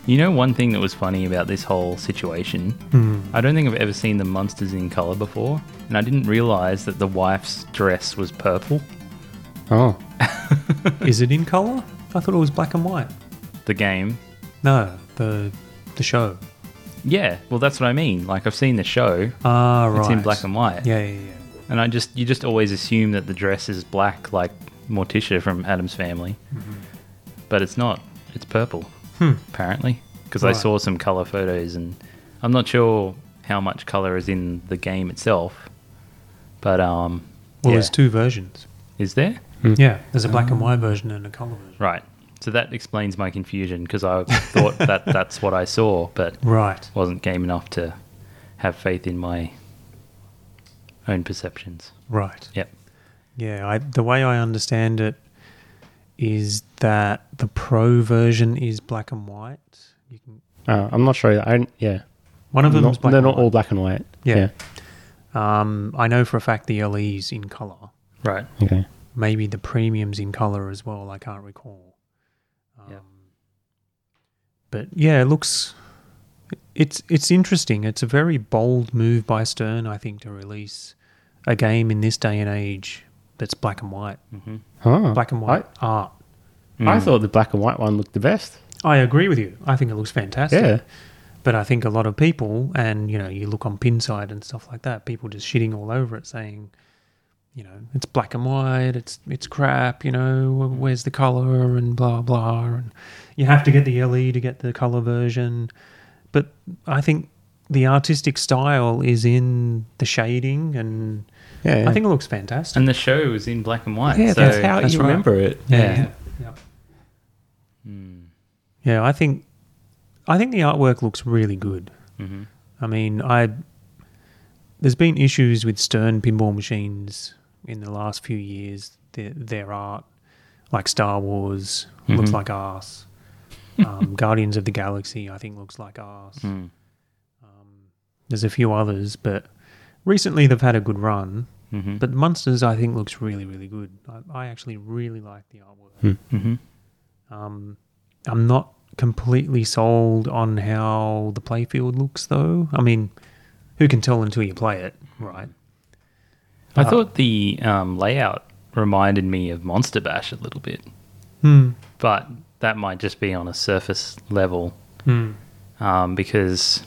You know, one thing that was funny about this whole situation, I don't think I've ever seen the monsters in color before, and I didn't realize that the wife's dress was purple. Oh, Is it in colour? I thought it was black and white. The game. No, the the show. Yeah, well, that's what I mean. Like, I've seen the show, Ah, right. it's in black and white. Yeah, yeah, yeah. And I just, you just always assume that the dress is black, like Morticia from Adam's Family. Mm-hmm. But it's not, it's purple, Hmm. apparently. Because I Right. saw some color photos, and I'm not sure how much color is in the game itself. But, um, Well, yeah. Hmm. Ah. there's two versions. Is there? Yeah, there's a black and white version and a colour version. Right. So that explains my confusion because I [LAUGHS] thought that that's what I saw, but Right. wasn't game enough to have faith in my own perceptions. Right. Yep. Yeah, I, the way I understand it is that the pro version is black and white. You can uh, I'm not sure. I yeah, one of them is Not- black. they're and not white. all black and white. Yeah. Um, I know for a fact the LE's in color. Right. Yeah. Okay. Maybe the premiums in color as well. I can't recall. Um, Yeah. But yeah, it looks. It's it's interesting. It's a very bold move by Stern, I think, to release a game in this day and age that's black and white, Oh, black and white art. I thought the black and white one looked the best. I agree with you. I think it looks fantastic. Yeah. But I think a lot of people, and you know, you look on Pinside and stuff like that, people just shitting all over it, saying, you know, it's black and white, it's it's crap, you know, where's the color and blah blah, and you have to get the LE to get the color version. But I think the artistic style is in the shading, and Yeah. I think it looks fantastic. And the show was in black and white. Yeah, so that's how that's you right. remember it. Yeah. Yeah. Yeah, I think I think the artwork looks really good. I mean, I there's been issues with Stern pinball machines in the last few years. Their, their art, like Star Wars, looks like arse. Um, Guardians of the Galaxy, I think, looks like arse. Mm. Um, there's a few others, but recently they've had a good run. Mm. But Monsters, I think, looks really, really good. I, I actually really like the artwork. Mhm. Um, I'm not completely sold on how the playfield looks, though. I mean, who can tell until you play it, right? I thought the um, layout reminded me of Monster Bash a little bit, Hmm. but that might just be on a surface level Hmm. um, because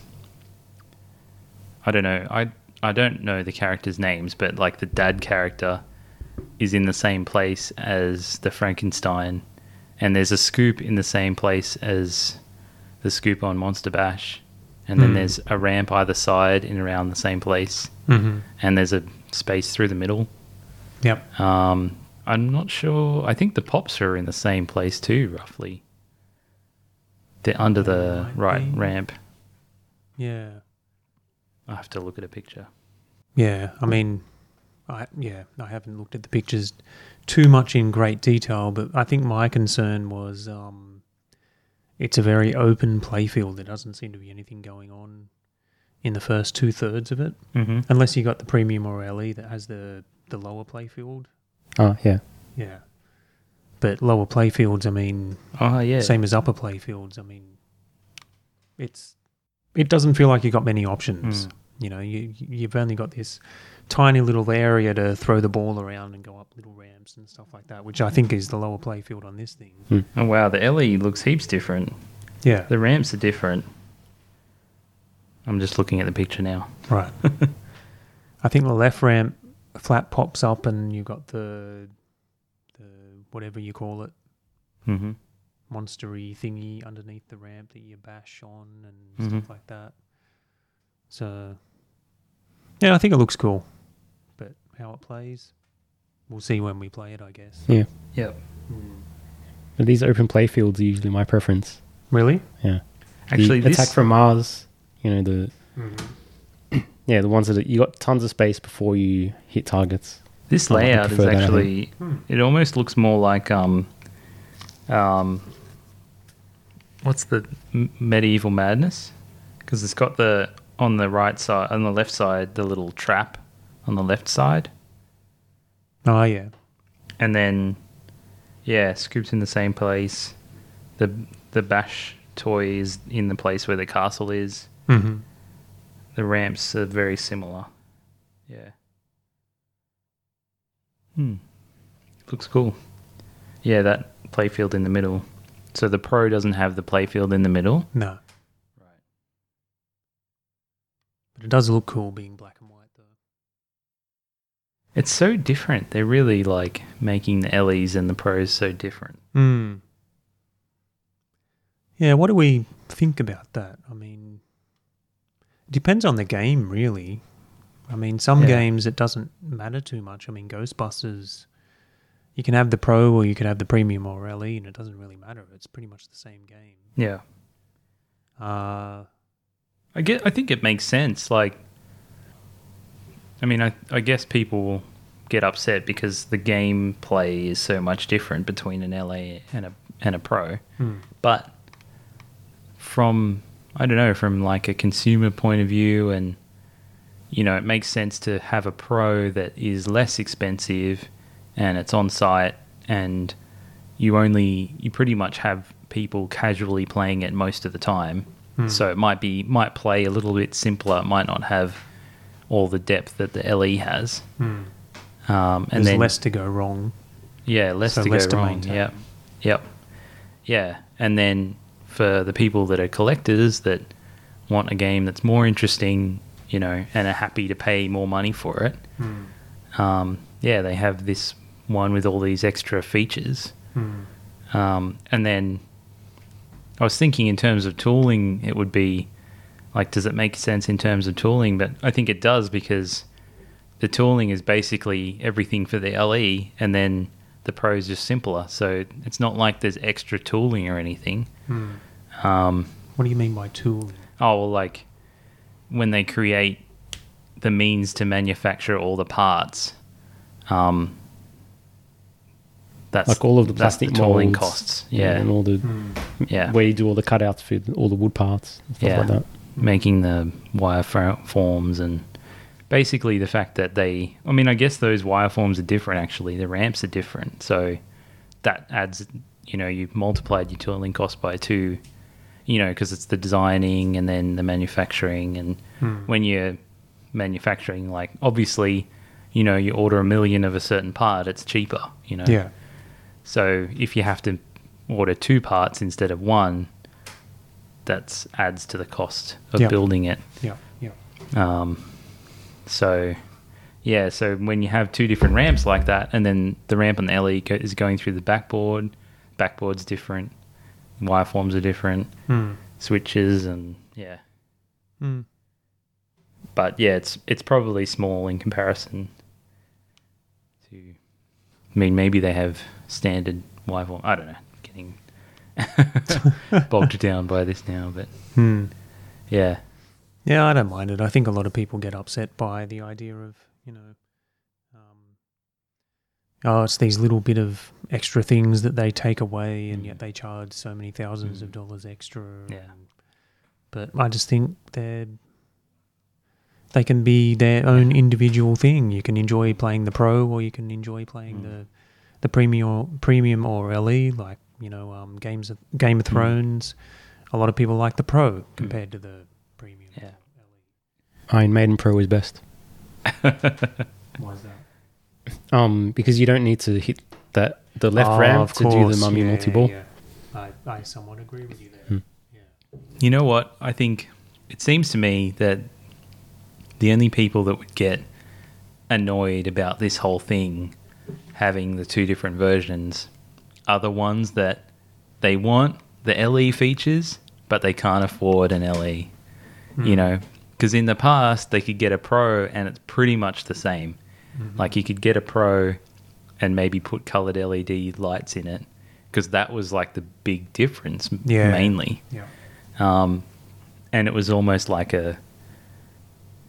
I don't know. I I don't know the characters' names, but like the dad character is in the same place as the Frankenstein, and there's a scoop in the same place as the scoop on Monster Bash, and Hmm. then there's a ramp either side in around the same place, Mm-hmm. and there's a space through the middle. Yep. Um, I'm not sure. I think the pops are in the same place too, roughly. They're under the Might right be. ramp. Yeah. I have to look at a picture. Yeah. I mean, I yeah, I haven't looked at the pictures too much in great detail, but I think my concern was um, it's a very open playfield. There doesn't seem to be anything going on in the first two thirds of it, Mm-hmm. unless you got the premium or LE that has the the lower playfield. Oh yeah. Yeah. But lower playfields, I mean, Oh yeah. same as upper playfields. I mean, it's it doesn't feel like you got many options. Mm. You know, you you've only got this tiny little area to throw the ball around and go up little ramps and stuff like that, which I think is the lower playfield on this thing. Oh wow, the LE looks heaps different. Yeah, The ramps are different. I'm just looking at the picture now. [LAUGHS] right. I think the left ramp flat pops up, and you've got the the whatever you call it Mm-hmm. monstery thingy underneath the ramp that you bash on and stuff like that. So, yeah, I think it looks cool, but how it plays, we'll see when we play it, I guess. Yeah. Yep. But these open playfields are usually my preference. Really? Yeah. Actually, the this Mm-hmm. attack from Mars. You know the. Yeah, the ones that are, you got tons of space before you hit targets. this I like to layout is prefer that, I actually. It almost looks more like um, um, what's the M- medieval madness? Because it's got the on the right side, on the left side, the little trap on the left side. Oh yeah. and then yeah, Scoop's in the same place. The the bash toy is in the place where the castle is. hmm The ramps are very similar. Yeah. Hmm. Looks cool. Yeah, that playfield in the middle. So the pro doesn't have the playfield in the middle. No, Right. but it does look cool being black and white though. It's so different. They're really like making the Ellie's and the pros so different. Hmm. Yeah, what do we think about that? I mean, depends on the game, really. I mean, some Yeah. games it doesn't matter too much. I mean, Ghostbusters, you can have the pro or you could have the premium or LE, and it doesn't really matter. It's pretty much the same game. Yeah. Uh, I get. I think it makes sense. Like, I mean, I I guess people get upset because the gameplay is so much different between an LA and a and a pro. Hmm. But from I don't know, from like a consumer point of view, and you know, it makes sense to have a pro that is less expensive, and it's on site, and you only you pretty much have people casually playing it most of the time. Hmm. So it might be might play a little bit simpler. It might not have all the depth that the LE has. Um, and Hmm. there's then less to go wrong. yeah, less So to less go to wrong. maintain. Yep, yep, yeah. And then for the people that are collectors that want a game that's more interesting, you know, and are happy to pay more money for it, Hmm. um, yeah, they have this one with all these extra features. Hmm. Um, and then I was thinking in terms of tooling, it would be like, does it make sense in terms of tooling? But I think it does because the tooling is basically everything for the LE, and then the Pro is just simpler. So it's not like there's extra tooling or anything. Hmm. Um, What do you mean by tool? oh, well, like when they create the means to manufacture all the parts, um, that's Like all of the that's plastic tooling molds costs. Yeah, Mm. and all the yeah. where you do all the cutouts for all the wood parts, and stuff Yeah. like that. making the wire fro- forms and basically the fact that they i mean i guess those wire forms are different actually the ramps are different so that adds you know you've multiplied your tooling cost by two you know because it's the designing and then the manufacturing and Hmm. when you're manufacturing like obviously you know you order a million of a certain part it's cheaper you know Yeah. so if you have to order two parts instead of one, that adds to the cost of Yeah. building it. Yeah. Yeah. Um, so yeah, so when you have two different ramps like that, and then the ramp on the LE go- is going through the backboard, backboard's different, wire forms are different, Hmm. switches and yeah. Hmm. But yeah, it's it's probably small in comparison to. I mean, maybe they have standard wire form. I don't know. Getting [LAUGHS] bogged down by this now, but Hmm. yeah, Yeah, I don't mind it. I think a lot of people get upset by the idea of, you know, um, oh, it's these little bit of extra things that they take away and yet Mm. they charge so many thousands of Mm. dollars extra. Yeah. But I just think they're. They can be their own individual thing. You can enjoy playing the pro, or you can enjoy playing Mm. the the premium, premium or LE, like you know, um, games of Game of Mm. Thrones. A lot of people like the pro compared to the premium. E Yeah. Iron Maiden Pro is [LAUGHS] best. Why is that? Um, because you don't need to hit that the left Oh, ramp Ah, to do the mummy multi ball. I, I somewhat agree with you there. Hmm. You know what? I think it seems to me that the only people that would get annoyed about this whole thing having the two different versions are the ones that they want the LE features, but they can't afford an LE. You know, because in the past they could get a Pro and it's pretty much the same. Like you could get a Pro and maybe put colored LED lights in it because that was like the big difference Yeah. mainly Yeah. um, and it was almost like a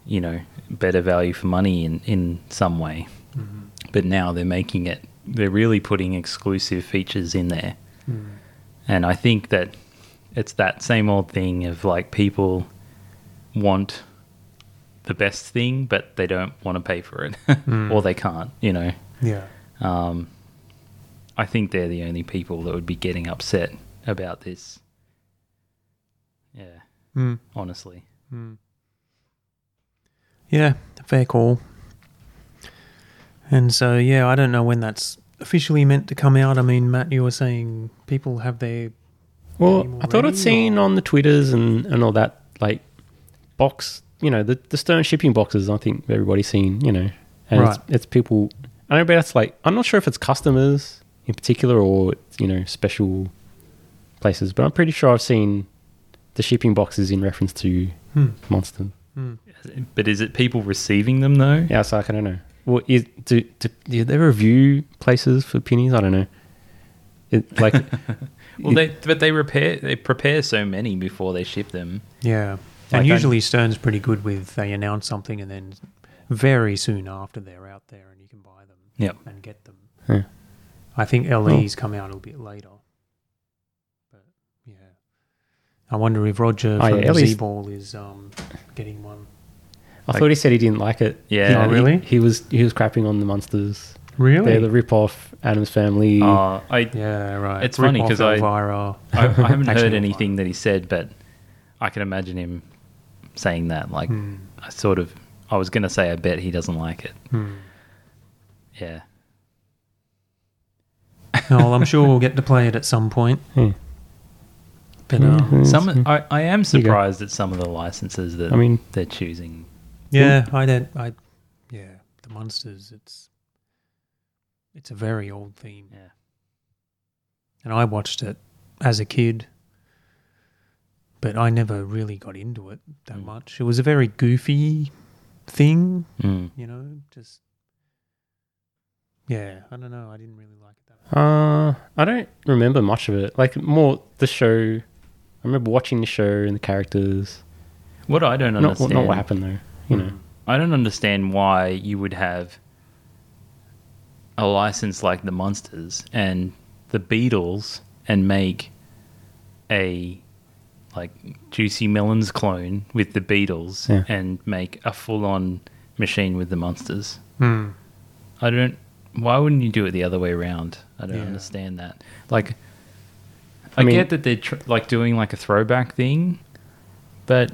you know better value for money in in some way but now they're making it they're really putting exclusive features in there and i think that it's that same old thing of like people want Hmm. Mm. the best thing but they don't want to pay for it or they can't you know Yeah. Um, I think they're the only people that would be getting upset about this. Yeah, Mm. honestly. Hmm. Yeah, fair call. And so, yeah, I don't know when that's officially meant to come out. I mean, Matt, you were saying people have their. Well, game I thought I'd already, seen on the Twitters and, and all that, like box, you know, the, the Stern shipping boxes, I think everybody's seen, you know. And Right. it's, it's people, I don't know, but that's like, I'm not sure if it's customers in particular or, you know, special places, but I'm pretty sure I've seen the shipping boxes in reference to Hmm. Monster. But is it people receiving them though? Yeah, so like, I don't know. Well, is, do, do, do they review places for pennies? I don't know. [LAUGHS] It, like, Well, they but they repair they prepare so many before they ship them. Yeah. Like, And I- usually Stern's pretty good with they announce something and then very soon after they're out there and you can buy them Yep. and get them. Yeah. I think LE's come out a little bit later. But yeah. I wonder if Roger Oh, from yeah, LE's Z-Ball is um, getting one. I thought he said he didn't like it. Yeah. He- Oh, he- really? He, was he was crapping on the monsters. Really? They're the rip-off Adam's Family. Uh, I, yeah, right. It's funny 'cause I- Elvira. [LAUGHS] I I haven't Actually, heard anything that he said, but I can imagine him saying that. Like, Hmm. I sort of I was gonna say I bet he doesn't like it. Hmm. Yeah. well, I'm sure we'll get to play it at some point. Hmm. But Mm-hmm. um, Some I, I am you go. surprised at some of the licenses that I mean- they're choosing. yeah, I don't. I yeah, the monsters. It's it's a very old theme. Yeah. and I watched it as a kid, but I never really got into it that Mm. much. It was a very goofy thing, Hmm. Mm. you know. Just yeah, I don't know. I didn't really like it that. much. Uh, I don't remember much of it. Like more the show. I remember watching the show and the characters. What I don't Not understand. Hmm. what, not what happened though. You know. I don't understand why you would have a license like the Monsters and the Beatles and make a like Juicy Melons clone with the Beatles Yeah. and make a full-on machine with the Monsters. Hmm. I don't. Why wouldn't you do it the other way around? I don't Yeah. understand that. Like, I, I mean- get that they're tr- like doing like a throwback thing, but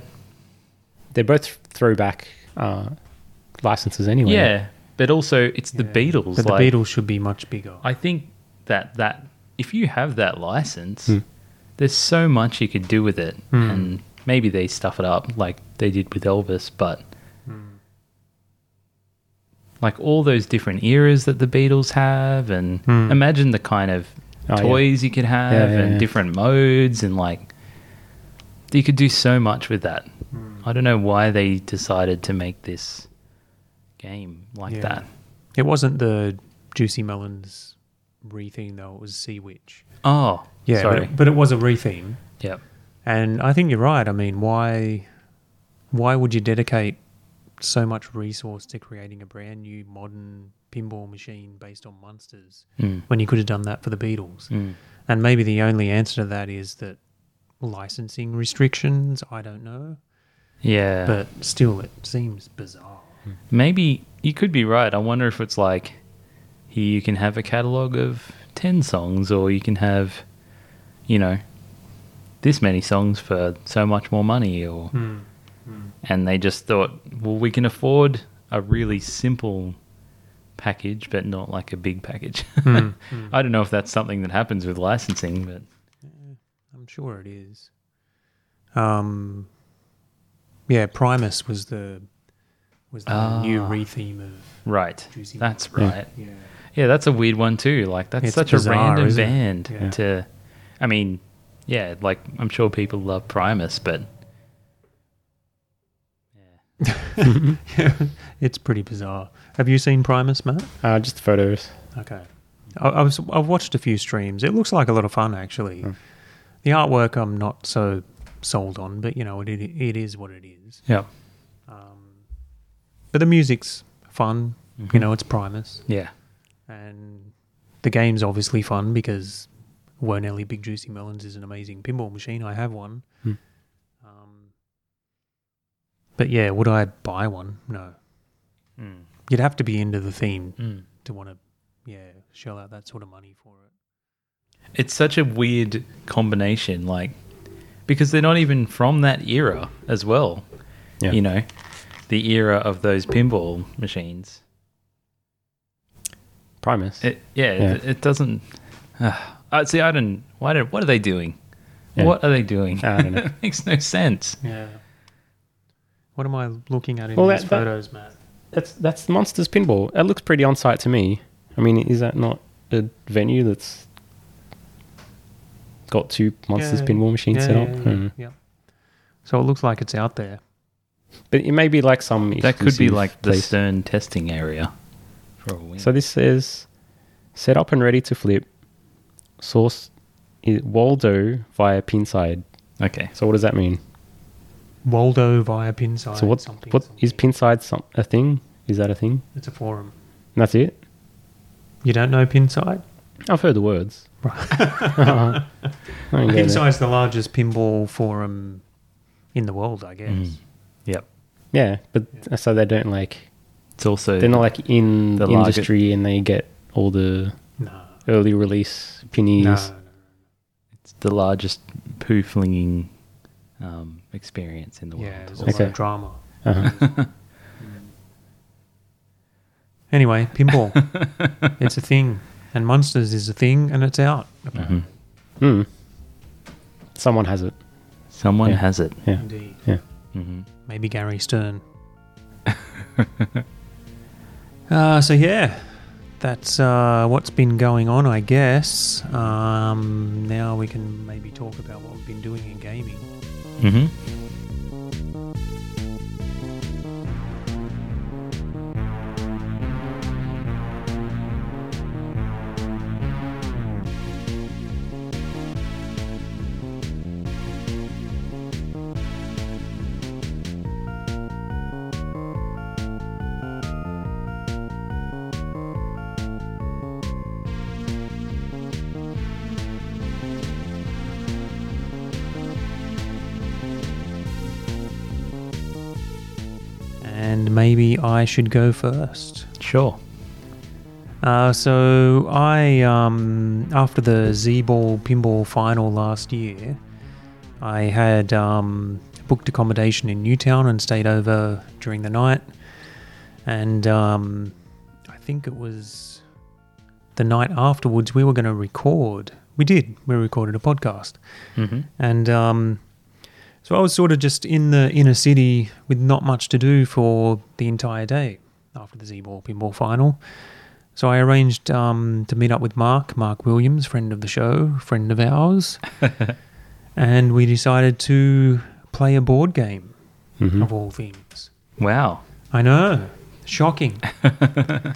They're both throwback uh, licenses anyway. yeah. But also, it's the Yeah. Beatles. But like, the Beatles should be much bigger. I think that that if you have that license, Hmm. there's so much you could do with it, Hmm. and maybe they stuff it up like they did with Elvis, but Hmm. like all those different eras that the Beatles have, and Hmm. imagine the kind of Oh, yeah. toys you could have, Yeah, yeah, and yeah. different modes, and like you could do so much with that. Hmm. I don't know why they decided to make this game like Yeah. that. It wasn't the Juicy Melons retheme though. It was Sea Witch. Oh, Yeah, but sorry. it, but it was a retheme, Yep. and I think you're right. I mean, why, why would you dedicate so much resource to creating a brand new modern pinball machine based on monsters Mm. when you could have done that for the Beatles? Mm. And maybe the only answer to that is that licensing restrictions. I don't know, Yeah. but still, it seems bizarre. Maybe you could be right. I wonder if it's like here you can have a catalog of 10 songs or you can have you know this many songs for so much more money or Hmm. and they just thought, well we can afford a really simple package but not like a big package. Hmm. [LAUGHS] I don't know if that's something that happens with licensing but I'm sure it is. Um, yeah, Primus was the was the new Ah. retheme of right. Juicy That's Yeah. right. yeah. [LAUGHS] Yeah, that's a weird one too. Like that's It's such bizarre, a random isn't it? band Yeah. to I mean, yeah, like I'm sure people love Primus, but It's pretty bizarre. Have you seen Primus, Matt? Uh, just the photos. Okay, I, I was, I've watched a few streams. It looks like a lot of fun actually. Hmm. The artwork I'm not so sold on, but you know it it, it is what it is. Um, yeah. But the music's fun. You know, it's Primus, Yeah. and the game's obviously fun because Wernelli Big Juicy Melons is an amazing pinball machine. I have one. Hmm. Um, but yeah, Mm-hmm. Mm. would I buy one? No. You'd have to be into the theme to want to yeah shell out that sort of money for it. It's such a weird combination, like because they're not even from that era as well. Yeah. You know, the era of those pinball machines. Primus. It, yeah, Yeah. It, it doesn't. Uh, I see. I don't. Why do, What are they doing? Yeah. What are they doing? I don't know. it [LAUGHS] makes no sense. Yeah. What am I looking at in Well, these that- that- photos, Matt? that's that's Monsters Pinball. That looks pretty on site to me. I mean, is that not a venue that's got two Monsters Yeah. Pinball machines Yeah, set up? Hmm. yeah, I yeah, don't know. yeah. So it looks like it's out there. But it may be like some That could be exclusive like the place. Stern testing area for a win. So this says set up and ready to flip. Source is Waldo via Pinside. okay. So what does that mean? Waldo via Pinside. so what what something, is something. Pinside some a thing? Is that a thing? It's a forum. And that's it? You don't know Pinside? I've heard the words. [LAUGHS] I don't get it. Pinside's the largest pinball forum in the world, I guess. Mm. Yep. Yeah, but so they don't like It's also they're not like in the the larger- industry and they get all the No. early release No, pennies. no. it's the largest poo flinging um, experience in the Yeah, it world. was a Also. lot Okay. of drama. Uh-huh. [LAUGHS] Anyway, pinball. it's a thing. And Monsters is a thing, and it's out. Mhm. Hmm. Someone has it. Someone Yeah. has it. Yeah. Indeed. hmm Maybe Gary Stern. [LAUGHS] uh, so, yeah, that's uh, what's been going on, I guess. Um, now we can maybe talk about what we've been doing in gaming. hmm Mm-hmm. And maybe I should go first. Sure. Uh, so I, um, after the Z-ball pinball final last year, I had um, booked accommodation in Newtown and stayed over during the night. And um, I think it was the night afterwards we were going to record. We did. We recorded a podcast hmm and um, so I was sort of just in the inner city with not much to do for the entire day after the Z-ball pinball final. So I arranged um, to meet up with Mark, Mark Williams, friend of the show, friend of ours, and we decided to play a board game Mhm. of all things. Wow. I know, shocking. Mm.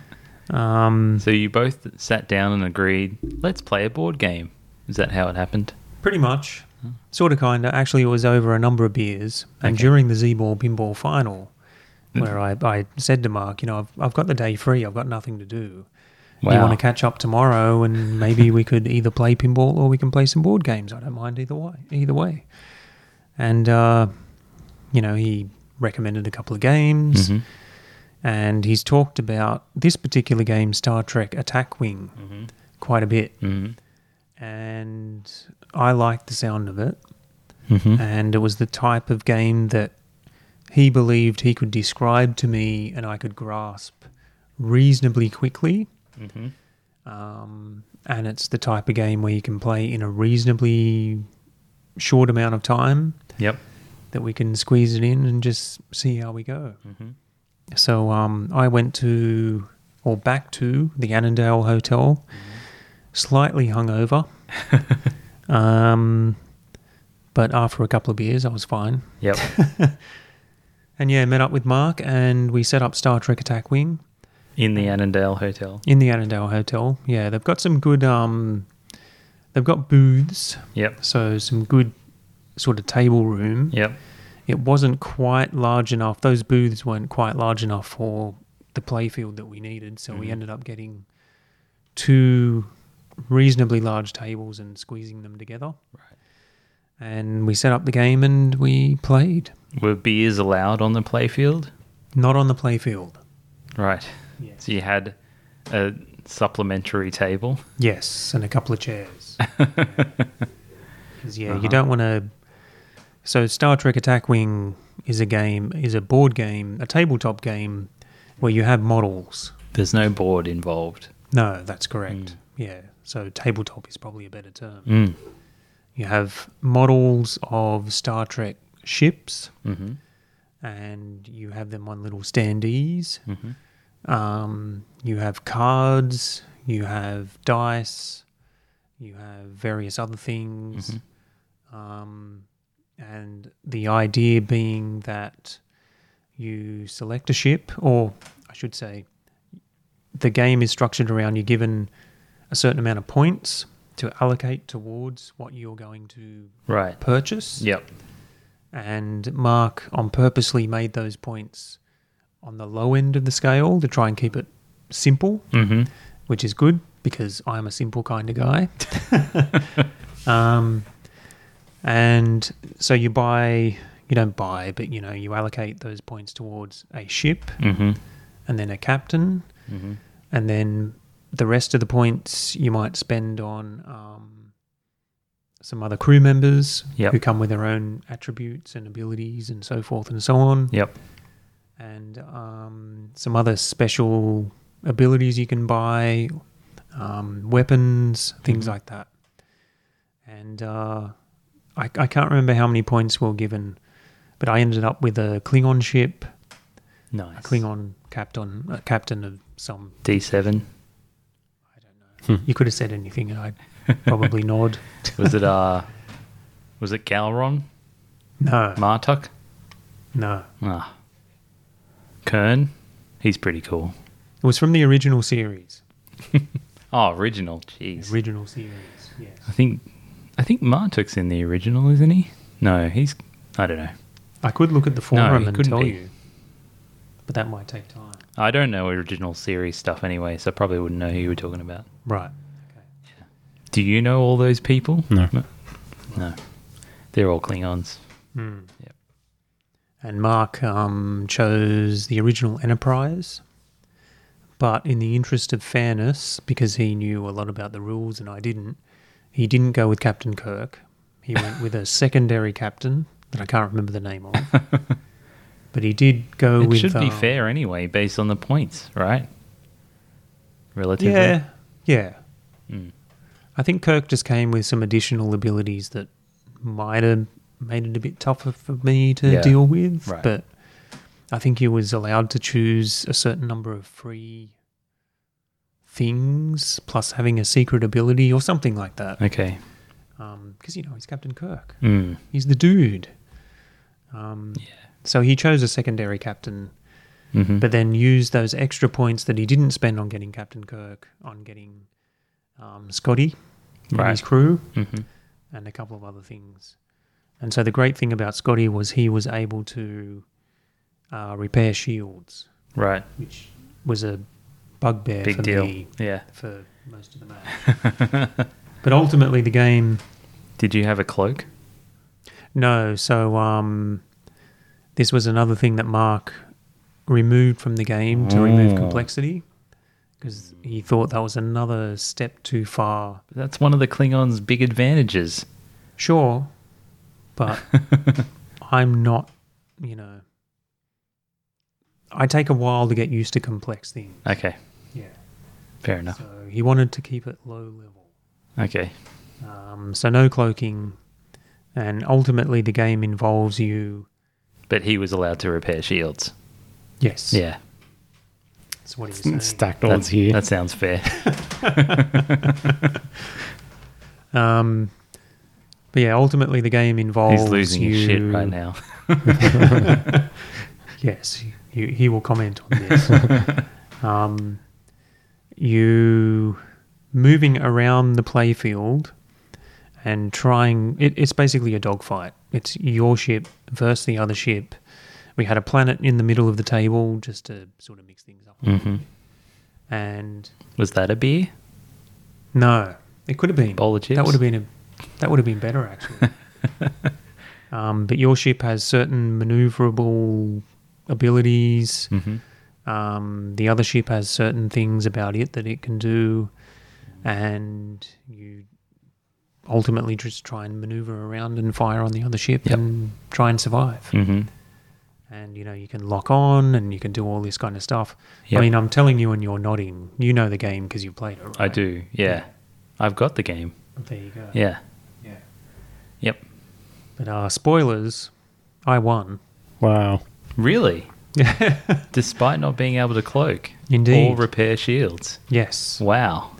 um, So you both sat down and agreed, let's play a board game. Is that how it happened? Pretty much. Sort of, kind of. Actually, it was over a number of beers. And during the Z-Ball Pinball Final, where I, I said to Mark, you know, I've, I've got the day free. I've got nothing to do. Do You Wow. want to catch up tomorrow and maybe we could either play pinball or we can play some board games. I don't mind either way. Either way. And, uh, you know, he recommended a couple of games. Mhm. And he's talked about this particular game, Star Trek Attack Wing, quite a bit. Mhm. And I liked the sound of it Mhm. and it was the type of game that he believed he could describe to me and I could grasp reasonably quickly. Mhm. Um, and it's the type of game where you can play in a reasonably short amount of time Yep. that we can squeeze it in and just see how we go. Mhm. So um, I went to or back to the Annandale Hotel, slightly hungover. um, but after a couple of beers, I was fine. Yep. [LAUGHS] And yeah, met up with Mark and we set up Star Trek Attack Wing In the Annandale Hotel. in the Annandale Hotel. Yeah, they've got some good um they've got booths, Yep. so some good sort of table room. Yep. It wasn't quite large enough. Those booths weren't quite large enough for the playfield that we needed, so we ended up getting two reasonably large tables and squeezing them together. Right. And we set up the game and we played. Were beers allowed on the playfield? Not on the playfield. Right. Yes. So you had a supplementary table. Yes, and a couple of [LAUGHS] chairs. Because yeah, you don't want to. So Star Trek Attack Wing is a game, is a board game, a tabletop game where you have models. There's no board involved. No, that's correct. Yeah, so tabletop is probably a better term. Mm. You have models of Star Trek ships, Mhm. and you have them on little standees. Um, you have cards, you have dice, you have various other things. Um, and the idea being that you select a ship, or I should say, the game is structured around you're given a certain amount of points to allocate towards what you're going to Right. purchase Yep. and Mark on purposely made those points on the low end of the scale to try and keep it simple, Mm-hmm. which is good because I'm a simple kind of guy. um, and so you buy, you don't buy, but you know, you allocate those points towards a ship Mm-hmm. and then a captain, and then the rest of the points you might spend on um, some other crew members Yep. who come with their own attributes and abilities and so forth and so on, Yep. and um, some other special abilities you can buy, um, weapons, things Mm-hmm. like that. And uh, I, I can't remember how many points were given, but I ended up with a Klingon ship Nice. a Klingon captain, a captain of some. D7. Hmm. You could have said anything, and I'd probably [LAUGHS] nod. Was it uh was it Galron? No, Martuk? no. Ah. Kern? He's pretty cool. It was from the original series. Oh, original. Jeez. Original series. Yes. I think I think Martuk's in the original, isn't he? No, he's I don't know. I could look at the forum he and couldn't tell be. you, but that might take time. I don't know original series stuff anyway, so I probably wouldn't know who you were talking about. Right. Do you know all those people? No. No. They're all Klingons. Yep. Hmm. And Mark um, chose the original Enterprise, but in the interest of fairness, because he knew a lot about the rules and I didn't, he didn't go with Captain Kirk. He went with a secondary captain that I can't remember the [LAUGHS] name of. but he did go It with. should be uh, fair anyway, based on the points, right? Relatively. Yeah, yeah. Mm. I think Kirk just came with some additional abilities that might have made it a bit tougher for me to Yeah. deal with. Right. But I think he was allowed to choose a certain number of free things, plus having a secret ability or something like that. Okay. Because, you know, he's Captain Kirk, Mm. he's the dude. Um, So he chose a secondary captain hmm but then use those extra points that he didn't spend on getting Captain Kirk, on getting um, Scotty and Right. his crew, Mhm. and a couple of other things. And so the great thing about Scotty was he was able to uh, repair shields, Right. which was a bugbear Big for deal. me Yeah. for most of the match. [LAUGHS] but ultimately, the game Did you have a cloak? No, so um, this was another thing that Mark removed from the game to remove Oh. complexity because he thought that was another step too far. That's one of the Klingons' big advantages. Sure, [LAUGHS] but I'm not, you know, I take a while to get used to complex things. Okay. Yeah. Fair enough. So he wanted to keep it low level. Okay. Um, so no cloaking, and ultimately the game involves you. But he was allowed to repair shields. Yes. Yeah. That's what he was saying. Stacked odds That- here. That sounds fair. Um, but yeah, ultimately the game involves He's losing you, his shit right now. Yes, you, he will comment on this. [LAUGHS] um, you moving around the playfield and trying. It, it's basically a dogfight. It's your ship versus the other ship. We had a planet in the middle of the table just to sort of mix things up. hmm And Was that a beer? No, it could have been Bowl of That chips? would have been a, that would have been better actually. [LAUGHS] um, but your ship has certain maneuverable abilities, Mm-hmm. Um, the other ship has certain things about it that it can do, and you ultimately just try and maneuver around and fire on the other ship Yep. and try and survive. Mm-hmm. And you know you can lock on and you can do all this kind of stuff. Yep. I mean, I'm telling you, and you're nodding. You know the game because you played it. Right? I do. Yeah. I've got the game. There you go. Yeah. Yeah. Yep. But uh, spoilers, I won. Wow. [LAUGHS] Really? Despite not being able to cloak Indeed. or repair shields. Yes. Wow.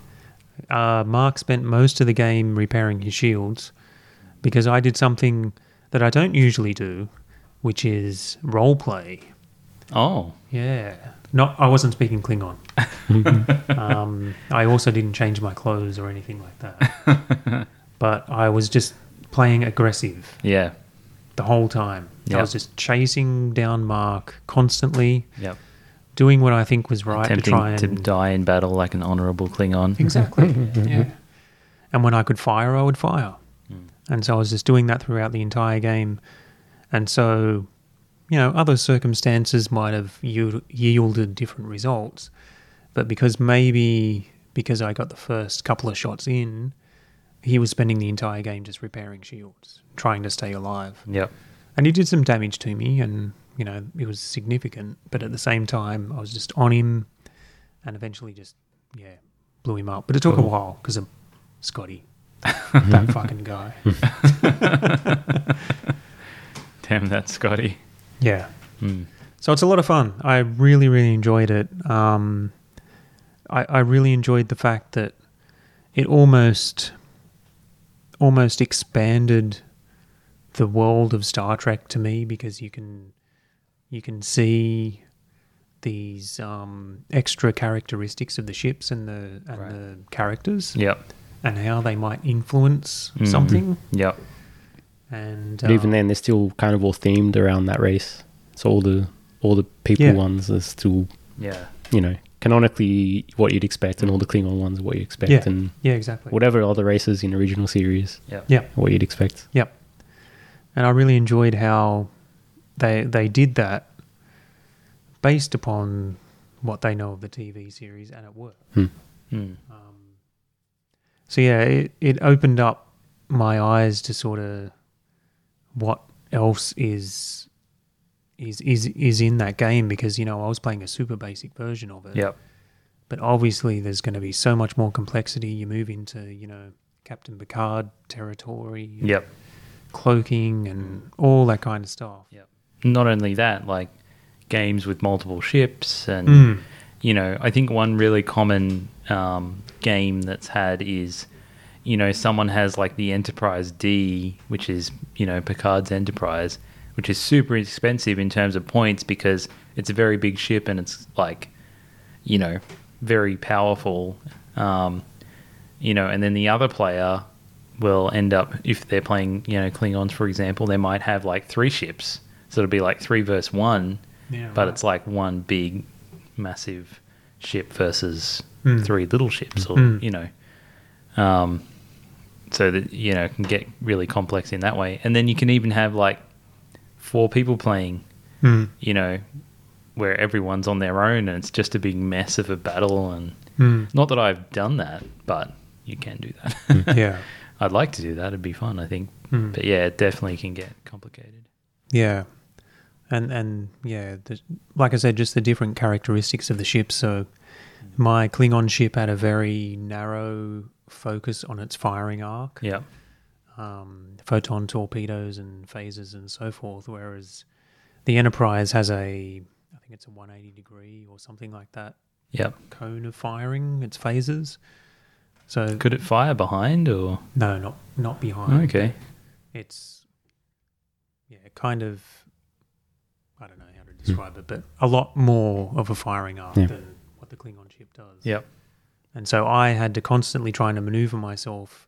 uh, Mark spent most of the game repairing his shields because I did something that I don't usually do, which is role play. Oh. Yeah, not I wasn't speaking [LAUGHS] Klingon. um, I also didn't change my clothes or anything like that, [LAUGHS] but I was just playing aggressive Yeah. the whole time. I Yeah. was just chasing down Mark constantly, Yep. doing what I think was right to Attempting try to and die in battle like an honorable Klingon. Exactly. yeah. And when I could fire, I would fire. And so I was just doing that throughout the entire game. And so, you know, other circumstances might have yield, yielded different results. But because maybe because I got the first couple of shots in, he was spending the entire game just repairing shields, trying to stay alive. Yep. And he did some damage to me, and, you know, it was significant. But at the same time, I was just on him and eventually just, yeah, blew him up. But it took a while because of Scotty, [LAUGHS] that fucking guy. Damn that, Scotty. Yeah. Hmm. So it's a lot of fun. I really, really enjoyed it. Um, I, I really enjoyed the fact that it almost, almost expanded the world of Star Trek to me because you can, you can see these um, extra characteristics of the ships and the and the characters Mm. Yep. and how they might influence Mhm. something. Yep. And But Hmm. even um, then, they're still kind of all themed around that race. So all the all the people Yeah. ones are still Yeah. you know canonically what you'd expect, and all the Klingon ones are what you expect, yeah, and yeah, exactly. whatever other races in original series, Yep. Yeah. are what you'd expect. Yep. And I really enjoyed how they they did that based upon what they know of the TV series, and it worked. Mm. So yeah, it, it opened up my eyes to sort of what else is is is is in that game because you know I was playing a super basic version of it. Yep. But obviously, there's going to be so much more complexity. You move into you know Captain Picard territory. Yep. cloaking and all that kind of stuff. Yep. Not only that, like games with multiple ships, and Mm. you know, I think one really common um, game that's had is, you know, someone has like the Enterprise D, which is you know Picard's Enterprise, which is super expensive in terms of points because it's a very big ship and it's like, you know, very powerful. Um, you know, and then the other player will end up if they're playing, you know, Klingons for example, they might have like three ships, so it'll be like three versus one, Yeah, but right. it's like one big, massive ship versus Mm. three little ships, or Mm. you know, um, so that you know it can get really complex in that way, and then you can even have like four people playing, Mm. you know, where everyone's on their own and it's just a big mess of a battle and. Mm. Not that I've done that, but you can do that. [LAUGHS] yeah. I'd like to do that. It'd be fun, I think. Mm. But yeah, it definitely can get complicated. Yeah. And and yeah, the, like I said, just the different characteristics of the ships. So Hmm. my Klingon ship had a very narrow focus on its firing arc, Yeah. um, photon torpedoes and phasers and so forth. Whereas the Enterprise has a, I think it's a 180 degree or something like that Yeah. cone of firing. Its phases. So Could it fire behind or? no, not not behind. Okay. it's yeah, kind of I don't know how to describe it, but a lot more of a firing arc Yeah. than what the Klingon ship does. Yep. And so I had to constantly try and maneuver myself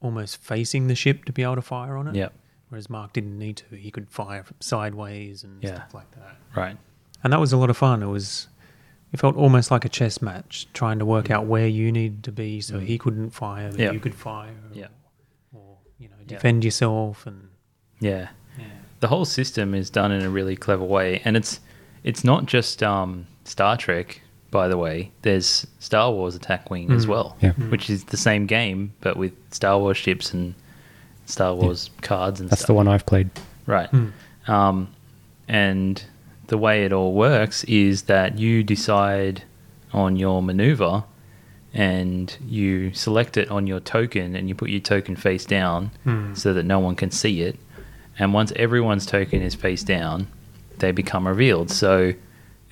almost facing the ship to be able to fire on it. Yep. Whereas Mark didn't need to. He could fire from sideways and Yeah. stuff like that. Right. And that was a lot of fun. It was it felt almost like a chess match, trying to work out where you needed to be so he couldn't fire, but Mm. Yeah. you could fire. Yeah. Or, you know, defend yourself and Yeah. yeah. The whole system is done in a really clever way, and it's it's not just um, Star Trek, by the way, there's Star Wars Attack Wing as well, Yeah. which is the same game but with Star Wars ships and Star Wars cards and That's stuff. the one I've played. Right. Um, and the way it all works is that you decide on your maneuver and you select it on your token and you put your token face down so that no one can see it. And once everyone's token is face down, they become revealed. So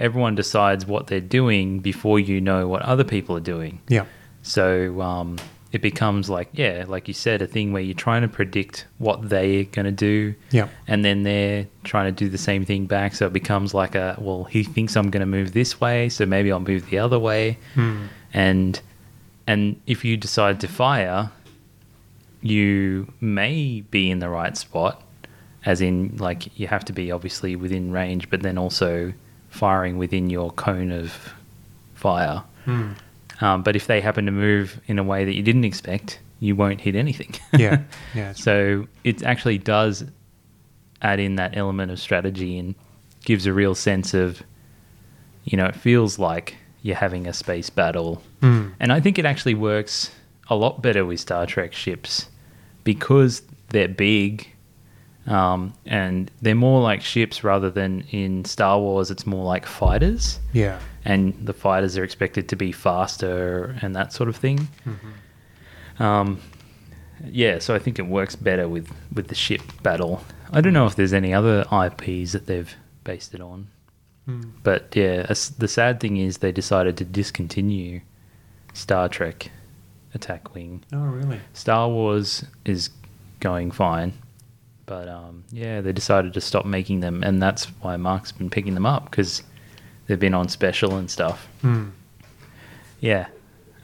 everyone decides what they're doing before you know what other people are doing. Yeah. So um, it becomes like, yeah, like you said, a thing where you're trying to predict what they're going to do. Yeah. And then they're trying to do the same thing back. So it becomes like a, well, he thinks I'm going to move this way. So maybe I'll move the other way. And, and if you decide to fire, you may be in the right spot, as in, like, you have to be obviously within range, but then also firing within your cone of fire. Hmm. Um, but if they happen to move in a way that you didn't expect, you won't hit anything. [LAUGHS] [LAUGHS] Yeah. Yeah. it's- so it actually does add in that element of strategy and gives a real sense of, you know, it feels like you're having a space battle. Mm. And I think it actually works a lot better with Star Trek ships because they're big um, and they're more like ships rather than in Star Wars, it's more like fighters Yeah. and the fighters are expected to be faster and that sort of thing. Um, yeah, so I think it works better with, with the ship battle. I don't know if there's any other IPs that they've based it on, Hmm. but yeah, as- the sad thing is they decided to discontinue Star Trek Attack Wing. Oh, really? Star Wars is going fine, but um, yeah, they decided to stop making them, and that's why Mark's been picking them up because they've been on special and stuff. Mm. Yeah,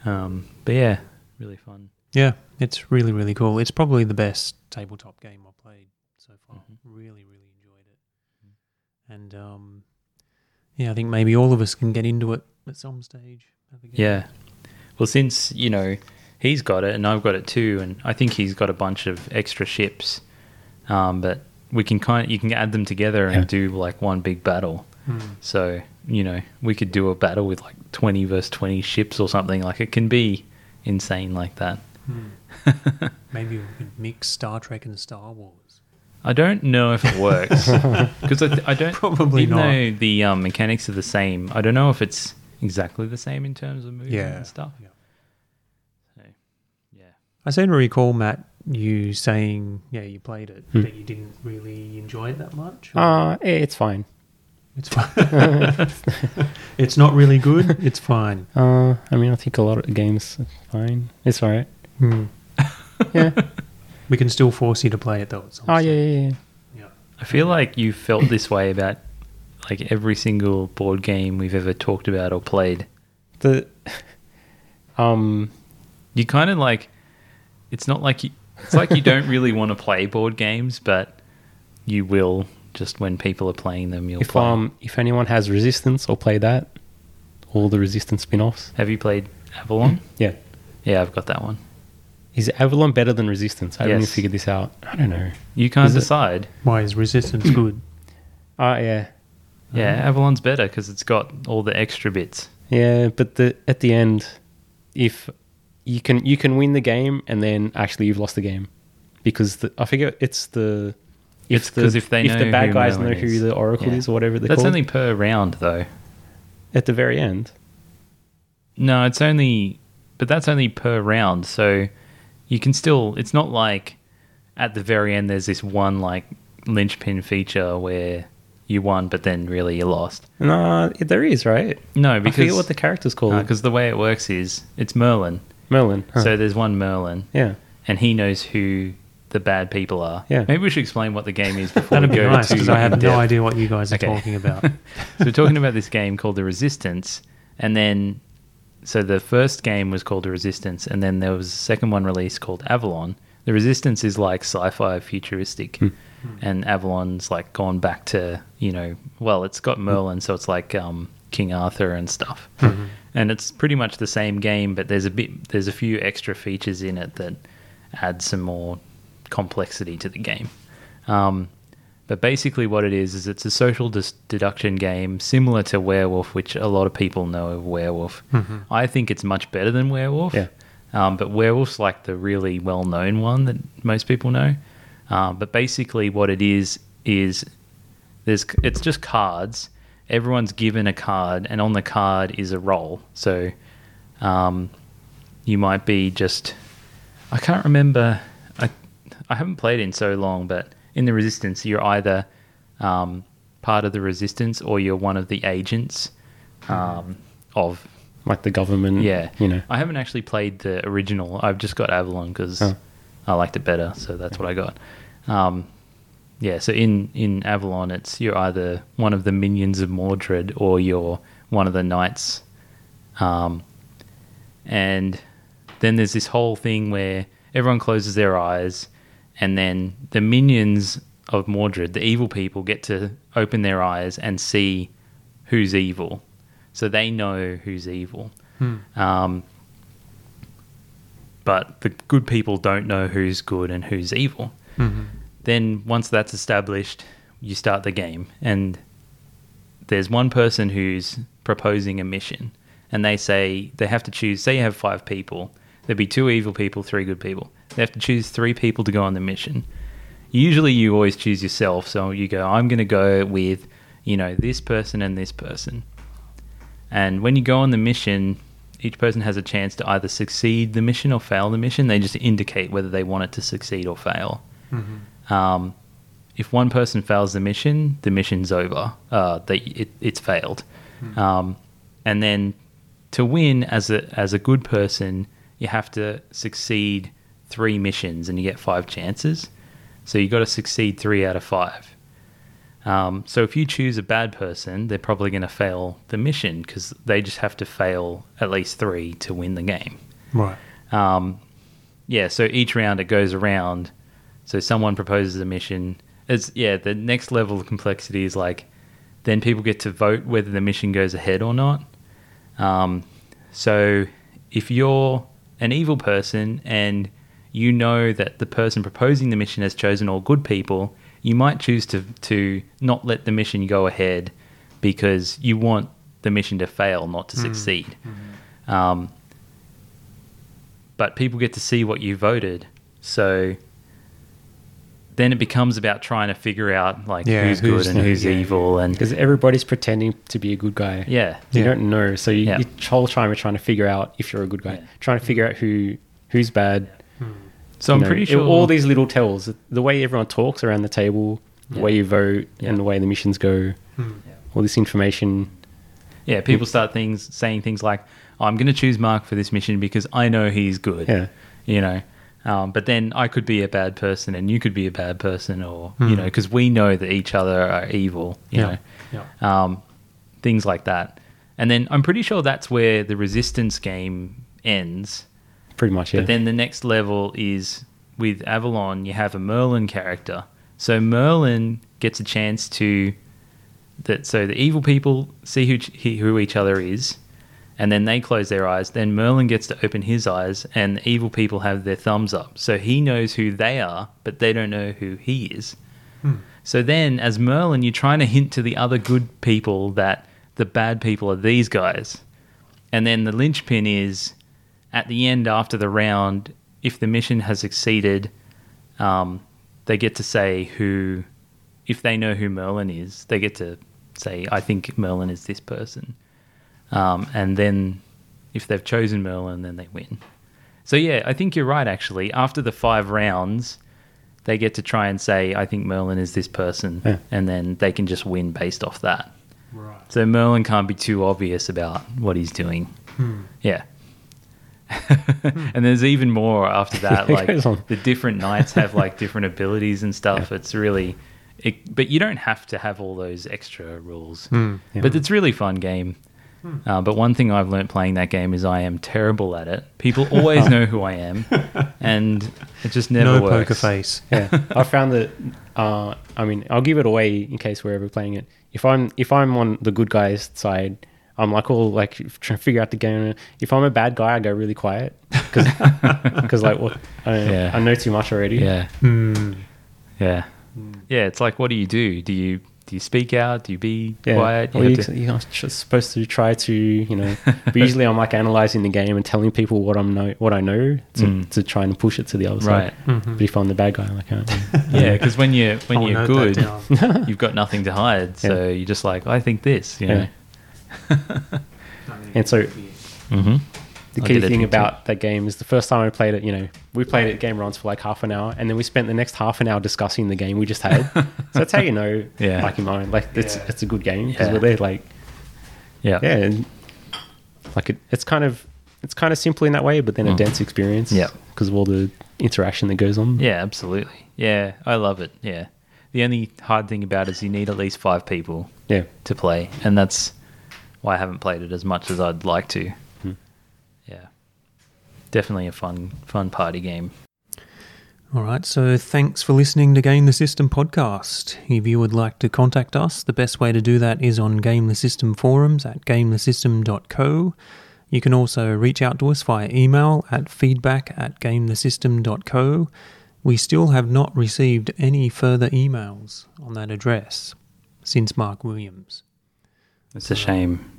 um, but yeah, really fun. Yeah. It's really, really cool. It's probably the best tabletop game I've played so far. Really, really enjoyed it. And um, yeah, I think maybe all of us can get into it at some stage. Have a go. Yeah, well, since you know he's got it and I've got it too, and I think he's got a bunch of extra ships, um, but we can kind you can add them together and Yeah. do like one big battle. Mm. So, you know, we could do a battle with like 20 versus 20 ships or something. Like, it can be insane like that. Mm. Maybe we could mix Star Trek and Star Wars. I don't know if [LAUGHS] it works. Because I, th- I don't. Probably even not. though the um, mechanics are the same, I don't know if it's exactly the same in terms of movement Yeah. and stuff. Yeah. So, yeah. I seem to recall, Matt, you saying, yeah, you played it, but you didn't really enjoy it that much. or- Uh, eh, it's fine. It's fine. [LAUGHS] it's not really good. It's fine. Uh, I mean, I think a lot of the games are fine. It's all right. Hmm. [LAUGHS] Yeah. We can still force you to play it though. At some oh, stage. yeah, yeah, yeah. yeah. I Mm. feel like you felt this way about like every single board game we've ever talked about or played. The, um, you kind of like it's not like you it's like you don't really want to play board games but you will just when people are playing them you'll if play um, if anyone has Resistance or play that, all the Resistance spin-offs. have you played avalon [CLEARS THROAT] Yeah. yeah i've got that one Is Avalon better than Resistance? I haven't Yes. even figured this out. I don't know. you can't Is it- decide Why is Hmm. resistance good? Ah, yeah, yeah Oh. avalon's better because it's got all the extra bits yeah. But the at the end, if you can you can win the game and then actually you've lost the game because the, I figure it's the if It's the 'cause if they if know the bad who guys Merlin know who is. the Oracle Yeah. is or whatever they're that's called only per round though at the very end. no it's only but that's only per round so you can still it's not like at the very end there's this one like linchpin feature where you won but then really you lost Nah, it- there is right. no I because forget what the character's called. because the way it works is it's Merlin. Merlin. huh. So there's one Merlin, yeah, and he knows who the bad people are. Yeah. Maybe we should explain what the game is before That'd we be go nice to because I have no in-depth. idea what you guys are Okay. talking about. [LAUGHS] So we're talking about this game called The Resistance, and then so the first game was called The Resistance, and then there was a second one released called Avalon. The Resistance is like sci-fi futuristic, and Avalon's like gone back to you know well it's got Merlin, so it's like um, King Arthur and stuff, and it's pretty much the same game, but there's a bit there's a few extra features in it that add some more complexity to the game. Um, But basically, what it is is it's a social dis- deduction game similar to Werewolf, which a lot of people know of Werewolf. I think it's much better than Werewolf. Yeah. Um, but Werewolf's like the really well known one that most people know. Um, but basically, what it is is there's it's just cards. Everyone's given a card, and on the card is a roll. So um, you might be just I can't remember. I I haven't played in so long, but in the Resistance, you're either um, part of the Resistance or you're one of the agents um, of. like the government. Yeah, Mm-hmm. you know. I haven't actually played the original. I've just got Avalon because Oh. I liked it better, so that's what I got. Um, yeah, so in in Avalon, it's you're either one of the minions of Mordred or you're one of the knights um, and then there's this whole thing where everyone closes their eyes, and then the minions of Mordred, the evil people, get to open their eyes and see who's evil. So they know who's evil. Hmm. Um, but the good people don't know who's good and who's evil. Then, once that's established, you start the game. And there's one person who's proposing a mission and they say they have to choose say you have five people there'd be two evil people three good people they have to choose three people to go on the mission usually you always choose yourself so you go i'm going to go with you know this person and this person and when you go on the mission each person has a chance to either succeed the mission or fail the mission they just indicate whether they want it to succeed or fail um, if one person fails the mission, the mission's over. Uh, they, it, it's failed. Um, and then to win as a as a good person, you have to succeed three missions, and you get five chances. So you got to succeed three out of five. Um, so if you choose a bad person, they're probably going to fail the mission because they just have to fail at least three to win the game. Right. Um, yeah, so each round it goes around. So someone proposes a mission. It's yeah, the next level of complexity is like then people get to vote whether the mission goes ahead or not. Um, so if you're an evil person and you know that the person proposing the mission has chosen all good people, you might choose to to not let the mission go ahead because you want the mission to fail, not Hmm. to succeed. Um, but people get to see what you voted. So then it becomes about trying to figure out like Yeah, who's, who's good and the- who's yeah. evil and Because everybody's pretending to be a good guy. yeah, You Yeah. don't know. So you, Yeah. you whole time are trying to figure out if you're a good guy, Yeah. trying to figure out who who's bad. So you I'm know, pretty it- sure all these little tells, the way everyone talks around the table, the way you vote, and the way the missions go, Hmm. all this information. yeah people start things saying things like I'm going to choose Mark for this mission because I know he's good. Yeah. you know. Um, but then I could be a bad person and you could be a bad person, or Hmm. you know, because we know that each other are evil. You Yeah. know. Yeah. um, things like that. And then I'm pretty sure that's where the resistance game ends. Pretty much, yeah. But then the next level is with Avalon, you have a Merlin character. So Merlin gets a chance to that. So the evil people see who he- who each other is, and then they close their eyes. Then Merlin gets to open his eyes, and the evil people have their thumbs up. So he knows who they are, but they don't know who he is. So then, as Merlin, you're trying to hint to the other good people that the bad people are these guys. And then the linchpin is at the end, after the round, if the mission has succeeded, um, they get to say who, if they know who Merlin is, they get to say, I think Merlin is this person. Um, and then if they've chosen Merlin, then they win. So, yeah, I think you're right, actually. After the five rounds, they get to try and say, I think Merlin is this person. Yeah. And then they can just win based off that. Right. So Merlin can't be too obvious about what he's doing. Hmm. Yeah. [LAUGHS] and there's even more after that. [LAUGHS] It like goes on. the different knights have [LAUGHS] like different abilities and stuff. It's really, it, but you don't have to have all those extra rules. Hmm. But it's really fun game. Uh, but one thing I've learnt playing that game is I am terrible at it. People [LAUGHS] Oh. always know who I am, and it just never no works. poker face. [LAUGHS] yeah, I found that. Uh, I mean, I'll give it away in case we're ever playing it. If I'm if I'm on the good guys' side, I'm like all like [LAUGHS] trying to figure out the game. If I'm a bad guy, I go really quiet [LAUGHS] because like what I, Yeah. Hmm. I know too much already. Yeah. Yeah. Mm. Yeah, it's like, what do you do? Do you do you speak out? Do you be Yeah. quiet? You Well, have you, to- you're tr- supposed to try to, you know, but usually I'm like analyzing the game and telling people what I'm know, what I know to, Mm. to try and push it to the other Right. side. But if I'm the bad guy, I can't. [LAUGHS] yeah, because when you [LAUGHS] when I'll note you're that good, down. [LAUGHS] you've got nothing to hide. So you're just like, I think this. You know. And so Mm-hmm. the I key did it thing too. about that game is the first time I played it, you know, we played it game runs for like half an hour and then we spent the next half an hour discussing the game we [LAUGHS] just had. so that's how you know, Yeah. like in my mind, like it's, Yeah. it's a good game because Yeah. we're there like, Yeah. yeah, and like it, it's kind of, it's kind of simple in that way, but then a dense experience Yeah. because of all the interaction that goes on. Yeah, absolutely. Yeah, I love it. Yeah. The only hard thing about it is you need at least five people Yeah. to play, and that's why I haven't played it as much as I'd like to. Hmm. Yeah. Definitely a fun fun party game. All right, so thanks for listening to Game the System podcast. If you would like to contact us, the best way to do that is on Game the System forums at gamethesystem.co. You can also reach out to us via email at feedback at gamethesystem.co. We still have not received any further emails on that address since Mark Williams. It's a shame.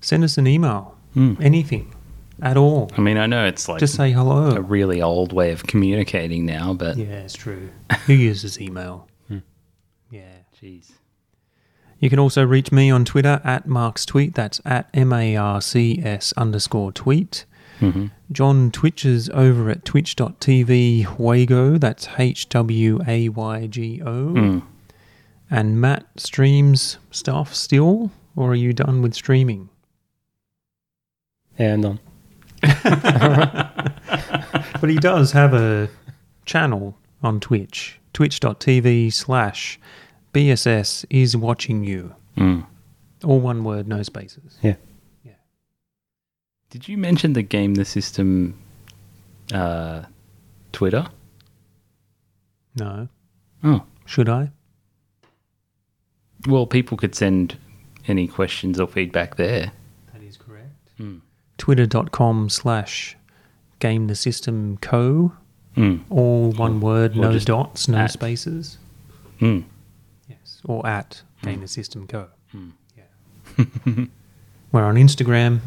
Send us an email, Mm. anything at all. I mean, I know it's Hmm. like Just say a hello. really old way of communicating now, but Yeah, it's true. Who uses email? Hmm. Yeah. jeez. You can also reach me on Twitter at Mark's Tweet. That's at M A R C S underscore tweet. Mhm. John Twitches over at twitch.tv Wago. That's H W A Y G O. Mm. And Matt streams stuff still, or are you done with streaming? And um, But he does have a channel on Twitch, twitch.tv slash BSS is watching you. Mm. All one word, no spaces. Did you mention the game the system uh, Twitter? No. Oh. Should I? Well, people could send any questions or feedback there. That is correct. Mm. twitter.com slash game the system co Mm. all one word or no just dots no at. spaces Mm. yes or at game the system co Mm. Yeah. [LAUGHS] we're on instagram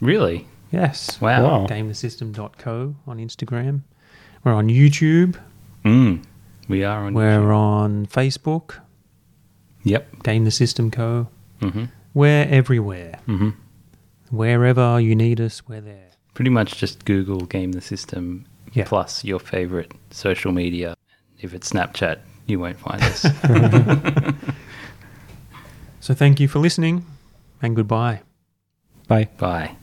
Really? yes Wow. Wow. game the system co on instagram we're on youtube Mm. We are on. we're on facebook Yep. game the system co hmm we're everywhere hmm wherever you need us we're there Pretty much just Google Game the System Yeah. plus your favorite social media. If it's Snapchat, you won't find us. so thank you for listening and goodbye bye. Bye.